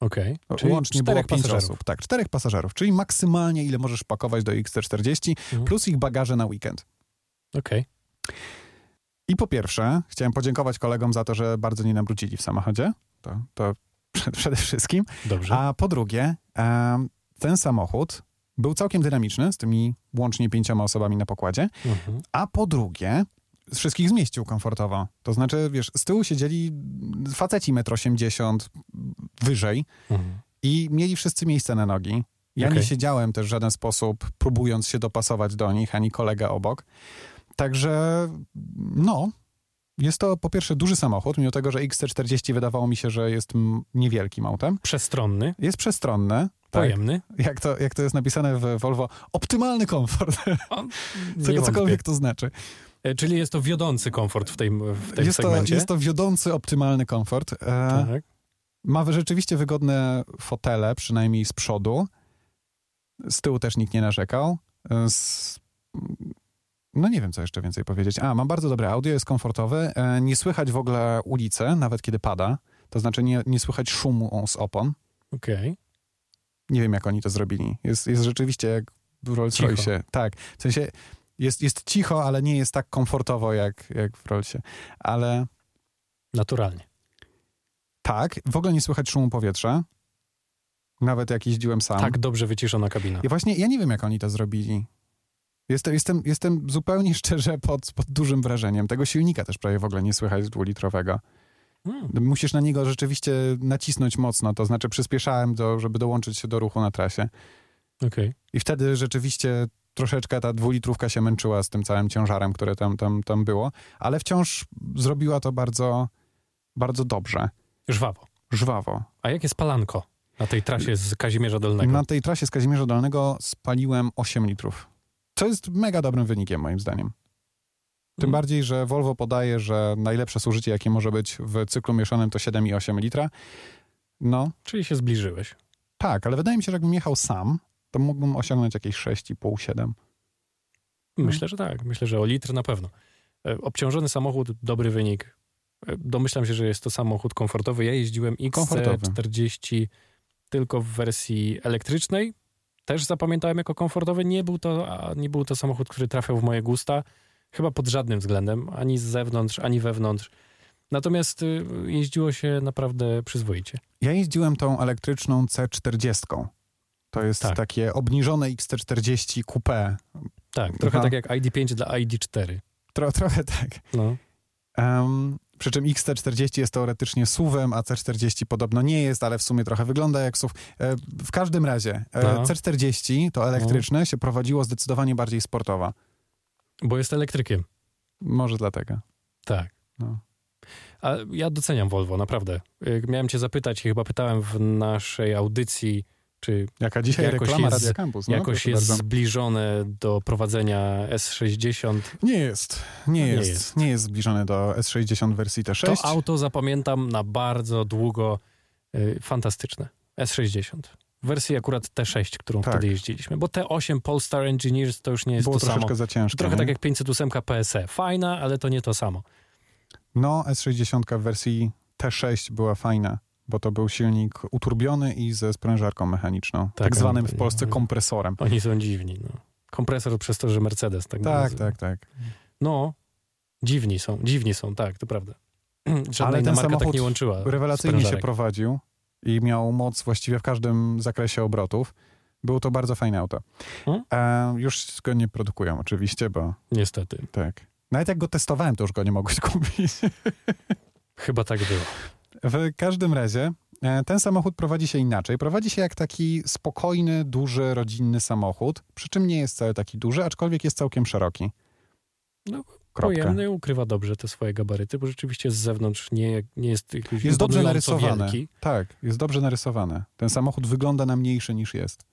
Okej. Czyli Łącznie było czterech pięć osób. Tak, czterech pasażerów, czyli maksymalnie ile możesz pakować do XT40, Mhm. plus ich bagaże na weekend. Okej. I po pierwsze, chciałem podziękować kolegom za to, że bardzo nie nabrudzili w samochodzie. To, to przed- przede wszystkim. Dobrze. A po drugie, em, ten samochód był całkiem dynamiczny, z tymi łącznie pięcioma osobami na pokładzie. Mhm. A po drugie, z wszystkich zmieścił komfortowo. To znaczy, wiesz, z tyłu siedzieli faceci 1,80 m wyżej, Mhm. i mieli wszyscy miejsce na nogi. Ja Okej. nie siedziałem też w żaden sposób, próbując się dopasować do nich, ani kolega obok. Także no, jest to po pierwsze duży samochód, mimo tego, że XC40 wydawało mi się, że jest mm, niewielkim autem. Przestronny, Jest przestronny. Tak, pojemny. jak to, jak to jest napisane w Volvo, optymalny komfort, Nie tego wątpię. cokolwiek to znaczy. E, Czyli jest to wiodący komfort w tym, w tym Jest to, segmencie. jest to wiodący, optymalny komfort. E, Tak. Ma rzeczywiście wygodne fotele, przynajmniej z przodu. Z tyłu też nikt nie narzekał. Z... No nie wiem, co jeszcze więcej powiedzieć. A, mam bardzo dobre audio, jest komfortowy. E, Nie słychać w ogóle ulicy, nawet kiedy pada. To znaczy nie, nie słychać szumu z opon. Okej. Nie wiem, jak oni to zrobili. Jest, jest rzeczywiście jak w Rolls Cicho. Royce. Tak, w sensie jest, jest cicho, ale nie jest tak komfortowo jak, jak w Rollsie. Ale Naturalnie. tak, w ogóle nie słychać szumu powietrza. Nawet jak jeździłem sam. Tak dobrze wyciszona kabina. Ja właśnie, ja nie wiem, jak oni to zrobili. Jestem, jestem, jestem zupełnie szczerze pod, pod dużym wrażeniem. Tego silnika też prawie w ogóle nie słychać dwulitrowego. Mm. Musisz na niego rzeczywiście nacisnąć mocno, to znaczy przyspieszałem, do, żeby dołączyć się do ruchu na trasie. Okej. I wtedy rzeczywiście troszeczkę ta dwulitrówka się męczyła z tym całym ciężarem, które tam, tam, tam było, ale wciąż zrobiła to bardzo, bardzo dobrze, Żwawo. żwawo. A jakie spalanko na tej trasie z Kazimierza Dolnego? Na tej trasie z Kazimierza Dolnego spaliłem 8 litrów. Co jest mega dobrym wynikiem, moim zdaniem. Tym Mm. bardziej, że Volvo podaje, że najlepsze zużycie, jakie może być w cyklu mieszanym, to 7,8 litra. No, Czyli się zbliżyłeś. tak, ale wydaje mi się, że jakbym jechał sam, to mógłbym osiągnąć jakieś 6,5, 7. Myślę, że tak. Myślę, że o litr na pewno. E, Obciążony samochód, dobry wynik. E, Domyślam się, że jest to samochód E komfortowy. Ja jeździłem Komfortowy. XC40 tylko w wersji elektrycznej. też zapamiętałem jako komfortowy. Nie był, to, a nie był to samochód, który trafiał w moje gusta, chyba pod żadnym względem, ani z zewnątrz, ani wewnątrz. Natomiast y, jeździło się naprawdę przyzwoicie. Ja jeździłem tą elektryczną C40. To jest Tak. takie obniżone XC40 coupé. Tak, trochę Aha. tak jak ID5 dla ID4. Tro, trochę tak. No. Em, przy czym XT40 jest teoretycznie suwem, a C40 podobno nie jest, ale w sumie trochę wygląda jak suw. E, w każdym razie, e, No. C40 to elektryczne się prowadziło zdecydowanie bardziej sportowa. Bo jest elektrykiem. Może dlatego. Tak. No. A ja doceniam Volvo, naprawdę. Jak Miałem cię zapytać, i chyba pytałem w naszej audycji, czy Jaka dzisiaj Jakoś reklama jest- Radia Campus. No, jakoś proszę jest bardzo. zbliżone do prowadzenia S60. Nie jest. Nie No, Nie jest. jest. Nie jest zbliżony do S60 wersji T6. To auto zapamiętam na bardzo długo. y, Fantastyczne. S60. W wersji akurat T6, którą Tak. wtedy jeździliśmy. Bo T8 Polestar Engineers to już nie jest Było to samo. troszeczkę za ciężkie. Trochę nie? tak jak 508 PSE. E. Fajna, ale to nie to samo. No, S60 w wersji T6 była fajna, bo to był silnik uturbiony i ze sprężarką mechaniczną. Tak, Tak, zwanym ale- w Polsce kompresorem. Oni są dziwni. No. Kompresor przez to, że Mercedes. Tak, Tak, nazywa. tak, tak. No, dziwni są, dziwni są, tak, to prawda. Żadna Ale inna ten marka tak samochód nie łączyła. Rewelacyjnie się sprężarek. prowadził i miał moc właściwie w każdym zakresie obrotów. Było to bardzo fajne auto. Hmm? E, już go nie produkują oczywiście, bo Niestety. tak. Nawet jak go testowałem, to już go nie mogłeś kupić. Chyba tak było. W każdym razie e, ten samochód prowadzi się inaczej. Prowadzi się jak taki spokojny, duży, rodzinny samochód. Przy czym nie jest wcale taki duży, aczkolwiek jest całkiem szeroki. No, Kropka. Pojemny ukrywa dobrze te swoje gabaryty, bo rzeczywiście z zewnątrz nie, nie jest jakiś Jest dobrze imponująco narysowany. Wielki. Tak, jest dobrze narysowany. Ten samochód wygląda na mniejszy niż jest.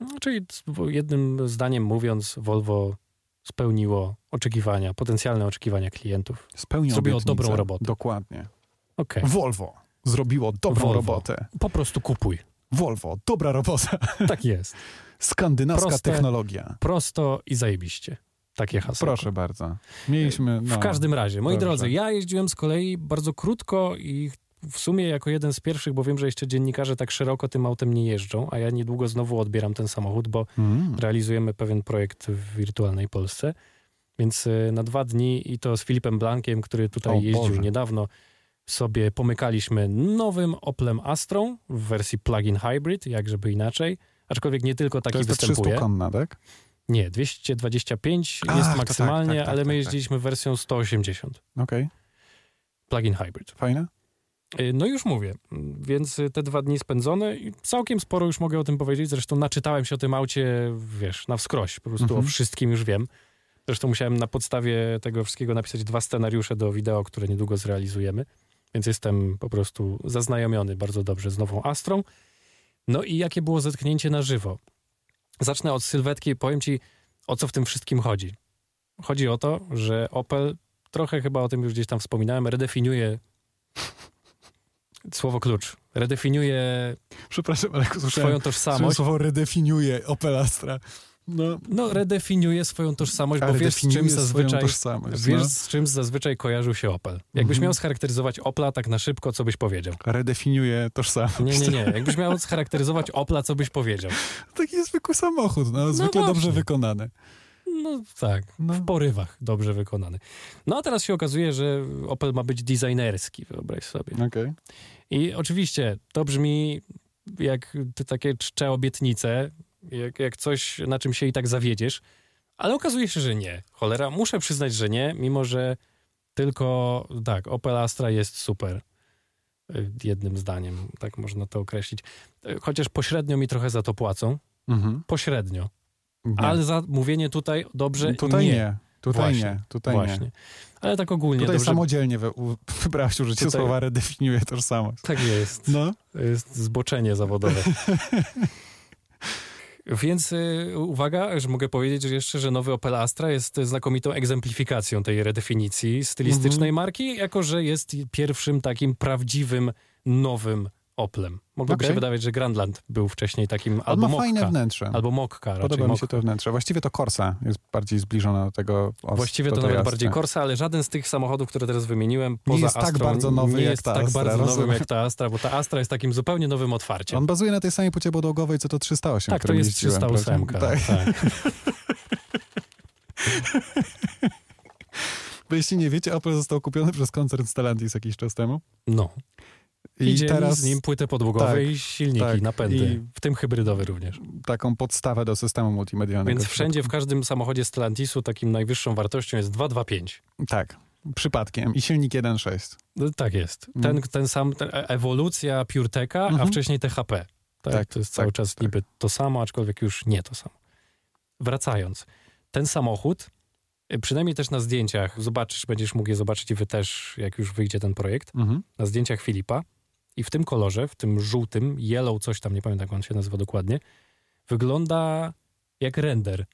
No, czyli z- bo jednym zdaniem mówiąc, Volvo spełniło oczekiwania, potencjalne oczekiwania klientów. Spełnił Zrobiło obietnicę. dobrą robotę. Dokładnie. Okej, Volvo zrobiło dobrą Volvo. robotę. po prostu kupuj. Volvo, dobra robota. Tak jest. Skandynawska Proste. technologia. Prosto i zajebiście. Takie hasło. Proszę bardzo. Mieliśmy. No, W każdym razie, moi dobrze. drodzy, ja jeździłem z kolei bardzo krótko i w sumie jako jeden z pierwszych, bo wiem, że jeszcze dziennikarze tak szeroko tym autem nie jeżdżą, a ja niedługo znowu odbieram ten samochód, bo Mm. realizujemy pewien projekt w wirtualnej Polsce. Więc y, na dwa dni i to z Filipem Blankiem, który tutaj O jeździł Boże. niedawno, sobie pomykaliśmy nowym Oplem Astrą w wersji plug-in hybrid, jak żeby inaczej. Aczkolwiek nie tylko taki To jest występuje. 300 konna, tak? Nie, 225 Ach, jest to tak, maksymalnie, tak, tak, ale tak, my tak. jeździliśmy wersją 180 Okej, plug-in hybrid. fajne. Y, No już mówię, Mm, więc y, te dwa dni spędzone i całkiem sporo już mogę o tym powiedzieć. Zresztą naczytałem się o tym aucie, wiesz, na wskroś. Po prostu Mhm. o wszystkim już wiem. Zresztą musiałem na podstawie tego wszystkiego napisać dwa scenariusze do wideo, które niedługo zrealizujemy. Więc jestem po prostu zaznajomiony bardzo dobrze z nową Astrą. No i jakie było zetknięcie na żywo? Zacznę od sylwetki i powiem ci, o co w tym wszystkim chodzi. Chodzi o to, że Opel, trochę chyba o tym już gdzieś tam wspominałem, redefiniuje słowo klucz. Redefiniuje Przepraszam, ale jak usłyszałem swoją tożsamość. słowo redefiniuje Opel Astra. No, No, redefiniuje swoją tożsamość, bo wiesz, z czym zazwyczaj. Tak, tożsamość. no. Wiesz, z czym zazwyczaj kojarzył się Opel. Jakbyś Mhm. miał scharakteryzować Opla tak na szybko, co byś powiedział? no? Redefiniuje tożsamość. Nie, nie, nie. Jakbyś miał scharakteryzować Opla, co byś powiedział? Taki zwykły samochód, no, zwykle właśnie. dobrze wykonany. No tak, No. w porywach dobrze wykonany. No a teraz się okazuje, że Opel ma być designerski, wyobraź sobie. Okej. I oczywiście to brzmi jak te takie czcze obietnice, jak, jak coś, na czym się i tak zawiedziesz, ale okazuje się, że nie. Cholera, muszę przyznać, że nie, mimo że tylko tak, Opel Astra jest super. Y, Jednym zdaniem, tak można to określić. Y, Chociaż pośrednio mi trochę za to płacą. Mhm. Pośrednio. Nie. Ale za mówienie tutaj dobrze tutaj nie. nie. Tutaj Właśnie, nie, tutaj nie. Właśnie. Ale tak ogólnie Tutaj dobrze. samodzielnie wy, u, wybrałaś użycie Tutaj- słowa redefiniuje tożsamość. Tak jest. No, To jest zboczenie zawodowe. Więc y, uwaga, że mogę powiedzieć że jeszcze, że nowy Opel Astra jest znakomitą egzemplifikacją tej Mhm. redefinicji stylistycznej marki, jako że jest pierwszym takim prawdziwym, nowym Oplem. Mogłoby Okej. się wydawać, że Grandland był wcześniej takim On albo ma Mokka, fajne wnętrze. albo Mokka raczej. Podoba mi się Mokka. to wnętrze. Właściwie to Corsa jest bardziej zbliżona do tego. od- Właściwie do to tej nawet Astry. bardziej Corsa, ale żaden z tych samochodów, które teraz wymieniłem, poza tak. jest tak Astrą, bardzo nowy nie jak jest ta tak Astra, bardzo nowym rozumiem. jak ta Astra, bo ta Astra jest takim zupełnie nowym otwarciem. On bazuje na tej samej płycie podłogowej, co to 308. tak, to którym jest jeździłem, 308. prawda? Tak. Tak. Bo jeśli nie wiecie, Opel został kupiony przez koncern Stellantis jakiś czas temu. No. I dzieli z nim płytę podłogowe tak, i silniki, tak, napędy, i- w tym hybrydowy również. taką podstawę do systemu multimedialnego. Więc wszędzie, w każdym samochodzie Stellantisu takim najwyższą wartością jest 225. Tak, przypadkiem. I silnik 1.6. No, tak jest. Ten, Mm. ten sam, ten, e- ewolucja PureTeka, a Mhm. wcześniej THP. Tak, Tak, to jest tak, cały czas tak. niby to samo, aczkolwiek już nie to samo. Wracając, ten samochód, y, przynajmniej też na zdjęciach, zobaczysz, będziesz mógł je zobaczyć i wy też, jak już wyjdzie ten projekt, Mhm. na zdjęciach Filipa i w tym kolorze, w tym żółtym, yellow coś tam, nie pamiętam jak on się nazywa dokładnie, wygląda jak render.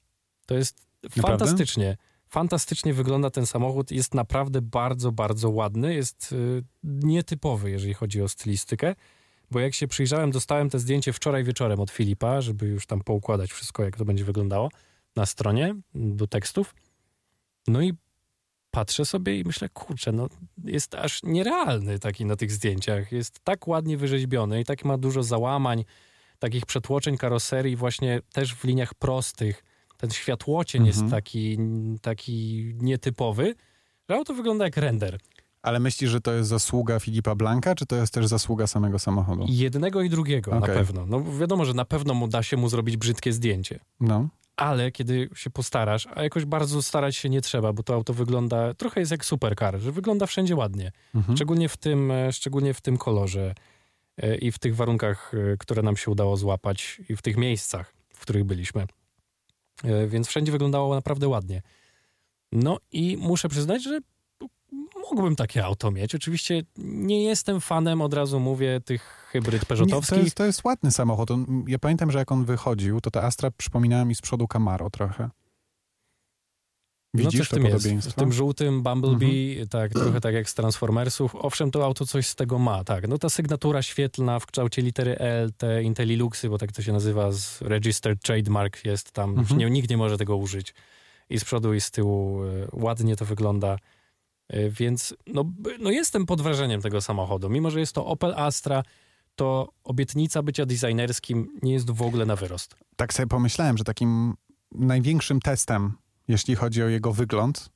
To jest Naprawdę? fantastycznie. Fantastycznie wygląda ten samochód. Jest naprawdę bardzo, bardzo ładny. Jest y, nietypowy, jeżeli chodzi o stylistykę. Bo jak się przyjrzałem, dostałem te zdjęcie wczoraj wieczorem od Filipa, żeby już tam poukładać wszystko, jak to będzie wyglądało na stronie m, do tekstów. No i patrzę sobie i myślę, kurczę, no jest aż nierealny taki na tych zdjęciach. Jest tak ładnie wyrzeźbiony i tak ma dużo załamań, takich przetłoczeń karoserii właśnie też w liniach prostych. Ten światłocień Mhm. jest taki, taki nietypowy, że auto wygląda jak render. Ale myślisz, że to jest zasługa Filipa Blanka, czy to jest też zasługa samego samochodu? I jednego i drugiego na Okej. pewno. No wiadomo, że na pewno mu da się mu zrobić brzydkie zdjęcie. No. ale kiedy się postarasz, a jakoś bardzo starać się nie trzeba, bo to auto wygląda, trochę jest jak supercar, że wygląda wszędzie ładnie. Mhm. Szczególnie w tym, e, szczególnie w tym kolorze e, i w tych warunkach, e, które nam się udało złapać i w tych miejscach, w których byliśmy. E, Więc wszędzie wyglądało naprawdę ładnie. No i muszę przyznać, że mógłbym takie auto mieć. Oczywiście nie jestem fanem, od razu mówię, tych hybryd Nie, to, peżotowskich. jest, to jest ładny samochód. On, ja pamiętam, że jak on wychodził, to ta Astra przypominała mi z przodu Camaro trochę. no coś Widzisz No, w to tym jest. podobieństwo? Mhm. W tym żółtym Bumblebee, tak, trochę tak jak z Transformersów. Owszem, to auto coś z tego ma, tak. No ta sygnatura świetlna w kształcie litery L, te Intelliluxy, bo tak to się nazywa, z Registered Trademark jest tam. Już Mhm. nie, nikt nie może tego użyć. I z przodu, i z tyłu y, ładnie to wygląda. Y, Więc no, b- no jestem pod wrażeniem tego samochodu. Mimo, że jest to Opel Astra, to obietnica bycia designerskim nie jest w ogóle na wyrost. Tak sobie pomyślałem, że takim największym testem, jeśli chodzi o jego wygląd,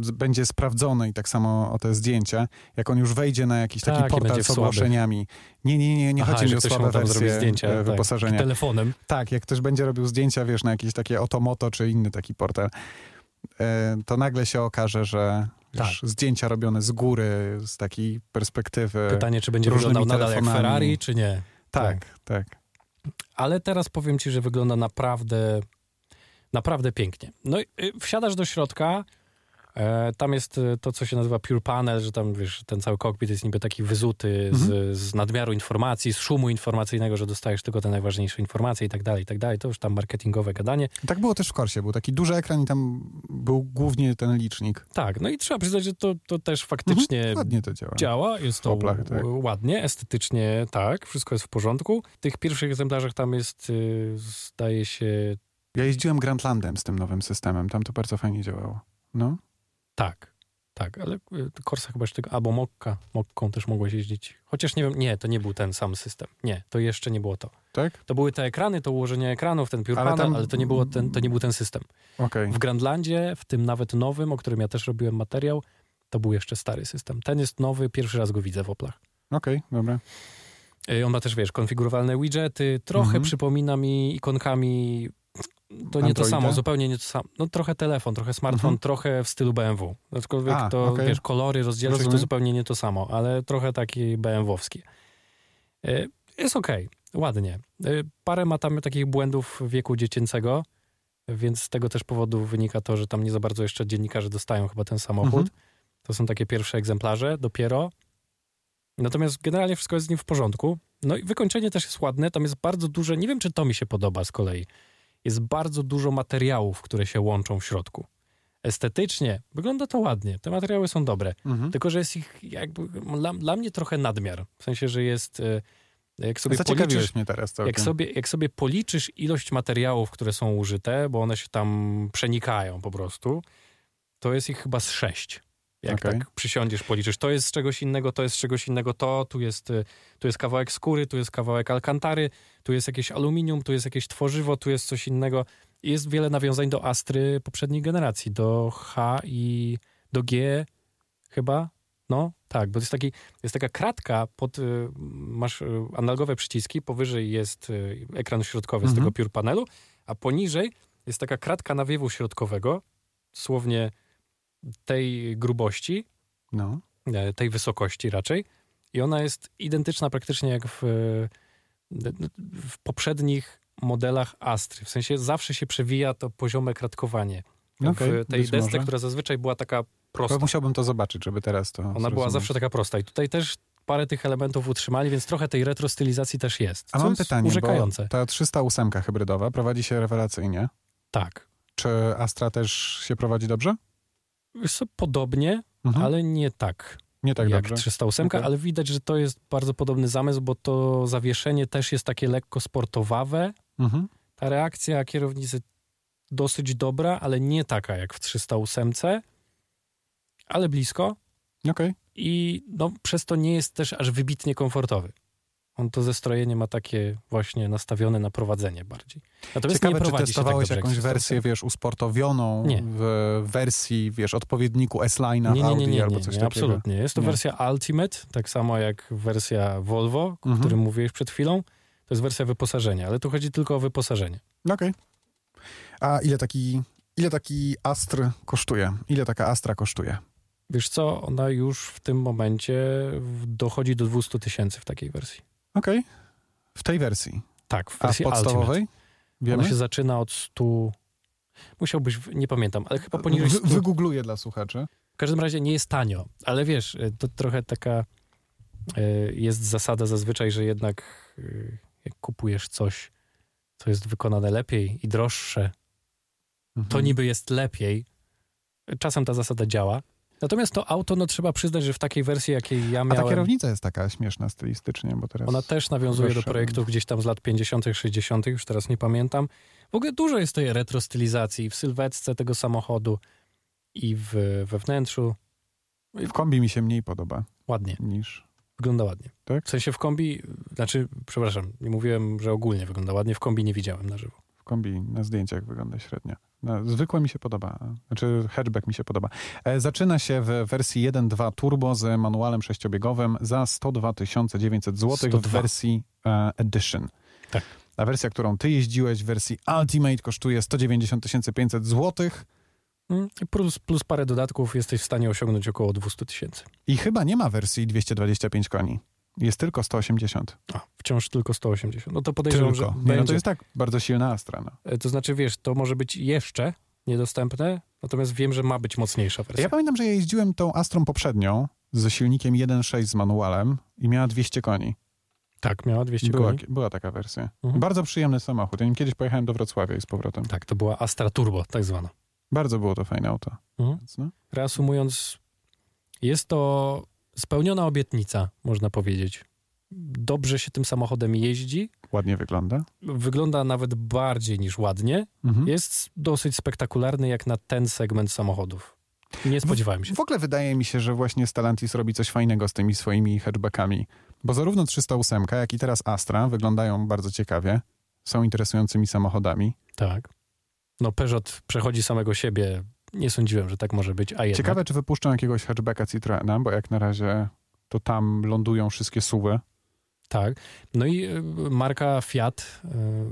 z- będzie sprawdzony i tak samo o te zdjęcia, jak on już wejdzie na jakiś Tak, taki i portal będzie w z ogłoszeniami. Nie, nie, nie, nie Aha, chodzi że mi o ktoś słabe mu tam wersje zrobi zdjęcia, e, tak. wyposażenia. Tak. Telefonem. jak ktoś będzie robił zdjęcia, wiesz, na jakieś takie Otomoto czy inny taki portal, e, to nagle się okaże, że wiesz, Tak. zdjęcia robione z góry, z takiej perspektywy. Pytanie, czy będzie różnymi wyglądał nadal jak telefonami. Ferrari, czy nie. tak, tak. ale teraz powiem ci, że wygląda naprawdę, naprawdę pięknie. No i y, wsiadasz do środka, e, tam jest y, to, co się nazywa pure panel, że tam, wiesz, ten cały kokpit jest niby taki wyzuty Mhm. z, z nadmiaru informacji, z szumu informacyjnego, że dostajesz tylko te najważniejsze informacje i tak dalej, i tak dalej. To już tam marketingowe gadanie. Tak było też w Korsie. Był taki duży ekran i tam był głównie ten licznik. Tak, no i trzeba przyznać, że to, to też Mhm, faktycznie Ładnie to działa. działa, jest to Oblach, tak. ł- ładnie, estetycznie tak, wszystko jest w porządku. W tych pierwszych egzemplarzach tam jest, y, zdaje się, Ja jeździłem Grandlandem z tym nowym systemem. Tam to bardzo fajnie działało. No. Tak, tak, ale y, Corsa chyba jeszcze tego, albo Mokka, Mokką też mogłeś jeździć. Chociaż nie wiem, nie, to nie był ten sam system. Nie, to jeszcze nie było to. Tak? To były te ekrany, to ułożenie ekranów, ten piór Ale ale, tam- ale to, nie było ten, to nie był ten system. Okej. W Grandlandzie, w tym nawet nowym, o którym ja też robiłem materiał, to był jeszcze stary system. Ten jest nowy, pierwszy raz go widzę w Oplach. Okej, dobra. Y, On ma też, wiesz, konfigurowalne widgety, trochę Mhm. przypomina mi ikonkami, to nie to Androida? samo, zupełnie nie to samo. No trochę telefon, trochę smartfon, Mhm. trochę w stylu BMW. Aczkolwiek A, to, okej. wiesz, kolory, rozdzielczość to Rozumiem. zupełnie nie to samo, ale trochę taki BMW-owski. Y, Jest okej, ładnie. Y, Parę ma tam takich błędów wieku dziecięcego, więc z tego też powodu wynika to, że tam nie za bardzo jeszcze dziennikarze dostają chyba ten samochód. Mhm. To są takie pierwsze egzemplarze dopiero. Natomiast generalnie wszystko jest z nim w porządku. No i wykończenie też jest ładne. Tam jest bardzo duże, nie wiem czy to mi się podoba z kolei, jest bardzo dużo materiałów, które się łączą w środku. estetycznie wygląda to ładnie, te materiały są dobre, Mhm. tylko że jest ich jakby dla, dla mnie trochę nadmiar. W sensie, że jest e, jak sobie policzysz, Zaciekawiłeś mnie teraz jak całkiem. sobie, jak sobie policzysz ilość materiałów, które są użyte, bo one się tam przenikają po prostu, to jest ich chyba z sześć. Jak Okej. tak przysiądziesz, policzysz, to jest z czegoś innego, to jest z czegoś innego, to, tu jest, y, tu jest kawałek skóry, tu jest kawałek alkantary, tu jest jakieś aluminium, tu jest jakieś tworzywo, tu jest coś innego. I Jest wiele nawiązań do Astry poprzedniej generacji, do H i do G chyba. No, tak, bo jest, taki, jest taka kratka, pod, y, masz y, analogowe przyciski, powyżej jest y, ekran środkowy z Mhm. tego piór panelu, a poniżej jest taka kratka nawiewu środkowego, słownie tej grubości, No. e, tej wysokości raczej. I ona jest identyczna praktycznie jak w, e, d- d- w poprzednich modelach Astry. W sensie zawsze się przewija to poziome kratkowanie. Jak Okej, w tej być desce, może. która zazwyczaj była taka Bo prosta. musiałbym to zobaczyć, żeby teraz to Ona była zawsze taka prosta. I tutaj też parę tych elementów utrzymali, więc trochę tej retrostylizacji też jest. A co mam jest pytanie, urzekające. bo ta 308 hybrydowa prowadzi się rewelacyjnie. Tak. Czy Astra też się prowadzi dobrze? Wiesz co, Podobnie, Mhm. ale nie tak. Nie tak jak dobrze. 308, Okej. ale widać, że to jest bardzo podobny zamysł, bo to zawieszenie też jest takie lekko sportowawe. Mhm. Ta reakcja kierownicy dosyć dobra, ale nie taka jak w 308, ale blisko Okej. i no, przez to nie jest też aż wybitnie komfortowy. On to zestrojenie ma takie właśnie nastawione na prowadzenie bardziej. Natomiast nie Ciekawe, czy prowadzi się tak testowałeś dobrze jak jakąś 308. wersję, wiesz, usportowioną Nie. w wersji, wiesz, odpowiedniku S-Line'a, Nie, nie, nie, Audi nie, albo nie, coś nie takiego. absolutnie. Jest to Nie. wersja Ultimate, tak samo jak wersja Volvo, o Mhm. którym mówiłeś przed chwilą. To jest wersja wyposażenia, ale tu chodzi tylko o wyposażenie. Okej. A ile taki, ile taki Astr kosztuje? Ile taka Astra kosztuje? Wiesz co, ona już w tym momencie w- dochodzi do 200 tysięcy w takiej wersji. Okej. W tej wersji. Tak, w A w wersji Ultimate. podstawowej? Wiemy? Ona się zaczyna od 100... Musiałbyś, w- nie pamiętam, ale chyba poniżej 100. Wy, wygoogluję dla słuchaczy. W każdym razie nie jest tanio, ale wiesz, y, to trochę taka y, jest zasada zazwyczaj, że jednak y, jak kupujesz coś, co jest wykonane lepiej i droższe, Mhm. to niby jest lepiej. Czasem ta zasada działa. Natomiast to auto, no trzeba przyznać, że w takiej wersji, jakiej ja A ta miałem, kierownica jest taka śmieszna stylistycznie, bo teraz... ona też nawiązuje do Proszę. projektów gdzieś tam z lat 50., 60., już teraz nie pamiętam. W ogóle dużo jest tej retrostylizacji w sylwetce tego samochodu i w, we wnętrzu. W kombi mi się mniej podoba Ładnie, niż... wygląda ładnie. Tak? W sensie w kombi, znaczy, przepraszam, nie mówiłem, że ogólnie wygląda ładnie, w kombi nie widziałem na żywo. W kombi na zdjęciach wygląda średnio. No, zwykłe mi się podoba, znaczy hatchback mi się podoba. E, zaczyna się w wersji 1.2 turbo z manualem sześciobiegowym za 102 900 zł w 102. wersji e, Edition. Tak. A wersja, którą ty jeździłeś w wersji Ultimate kosztuje 190 500 zł Mm, i Plus, plus parę dodatków jesteś w stanie osiągnąć około 200 tysięcy. i chyba nie ma wersji 225 koni. Jest tylko 180. A, wciąż tylko 180. No to podejrzewam, Tylko. że Nie, będzie. no to jest tak bardzo silna Astra. No. E, To znaczy, wiesz, to może być jeszcze niedostępne, natomiast wiem, że ma być mocniejsza wersja. Ja pamiętam, że ja jeździłem tą Astrą poprzednią z silnikiem 1.6 z manualem i miała 200 koni. Tak, miała 200 Była, koni. była taka wersja. Mhm. Bardzo przyjemny samochód. Ja nim kiedyś pojechałem do Wrocławia i z powrotem. Tak, to była Astra Turbo, tak zwana. Bardzo było to fajne auto. Mhm. Więc no. Reasumując, jest to spełniona obietnica, można powiedzieć. Dobrze się tym samochodem jeździ, Ładnie wygląda. wygląda nawet bardziej niż ładnie. Mhm. Jest dosyć spektakularny jak na ten segment samochodów. Nie spodziewałem się. W ogóle wydaje mi się, że właśnie Stellantis robi coś fajnego z tymi swoimi hatchbackami. Bo zarówno 308, jak i teraz Astra wyglądają bardzo ciekawie. Są interesującymi samochodami. Tak. No Peugeot przechodzi samego siebie. Nie sądziłem, że tak może być, a jednak. Ciekawe, czy wypuszczą jakiegoś hatchbacka Citroena, bo jak na razie to tam lądują wszystkie suwy. Tak. No i y, marka Fiat y,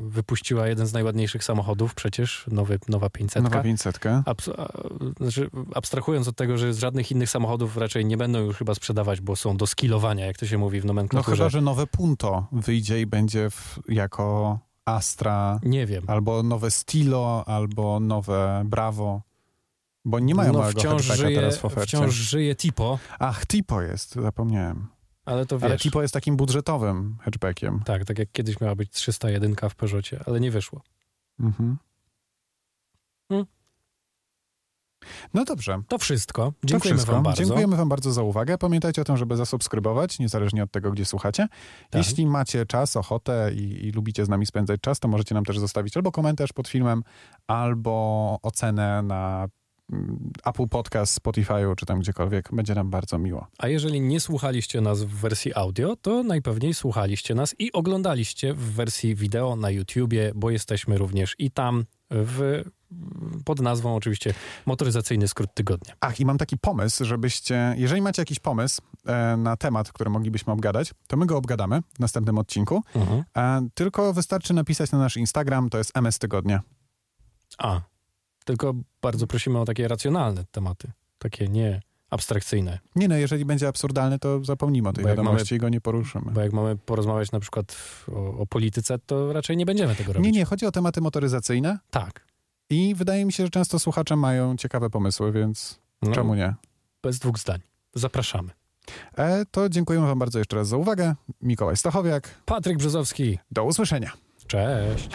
wypuściła jeden z najładniejszych samochodów przecież, nowy, nowa 500. Nowa 500. Abs a- znaczy, abstrahując od tego, że z żadnych innych samochodów raczej nie będą już chyba sprzedawać, bo są do skilowania, jak to się mówi w No nomenklaturze. chyba, że nowe Punto wyjdzie i będzie w, jako Astra, Nie wiem. albo nowe Stilo, albo nowe Bravo. Bo nie mają no, małego wciąż hatchbacka żyje, teraz w ofercie. wciąż żyje Tipo, Ach, Tipo jest, zapomniałem. ale to wiesz. Ale Tipo jest takim budżetowym hatchbackiem. Tak, tak jak kiedyś miała być 301 w Hmm. Peugeotie, ale nie wyszło. Mhm. No dobrze. To wszystko. Dziękujemy to wszystko. Wam bardzo. Dziękujemy Wam bardzo za uwagę. Pamiętajcie o tym, żeby zasubskrybować, niezależnie od tego, gdzie słuchacie. Tak. Jeśli macie czas, ochotę i, i lubicie z nami spędzać czas, to możecie nam też zostawić albo komentarz pod filmem, albo ocenę na mm, Apple Podcast, Spotify'u, czy tam gdziekolwiek. Będzie nam bardzo miło. A jeżeli nie słuchaliście nas w wersji audio, to najpewniej słuchaliście nas i oglądaliście w wersji wideo na YouTubie, bo jesteśmy również i tam w, pod nazwą oczywiście motoryzacyjny skrót tygodnia. Ach, i mam taki pomysł, żebyście, jeżeli macie jakiś pomysł e, na temat, który moglibyśmy obgadać, to my go obgadamy w następnym odcinku. E, tylko wystarczy napisać na nasz Instagram, to jest MS Tygodnia. A, tylko bardzo prosimy o takie racjonalne tematy, takie nie abstrakcyjne. Nie no, jeżeli będzie absurdalny, to zapomnimy o tej Bo jak wiadomości i go nie poruszymy. Bo jak mamy porozmawiać na przykład w- o, o polityce, to raczej nie będziemy tego robić. Nie, nie, chodzi o tematy motoryzacyjne Tak. i wydaje mi się, że często słuchacze mają ciekawe pomysły, więc No, czemu nie? Bez dwóch zdań. Zapraszamy. E, to dziękujemy wam bardzo jeszcze raz za uwagę. Mikołaj Stachowiak, Patryk Brzozowski. do usłyszenia. Cześć.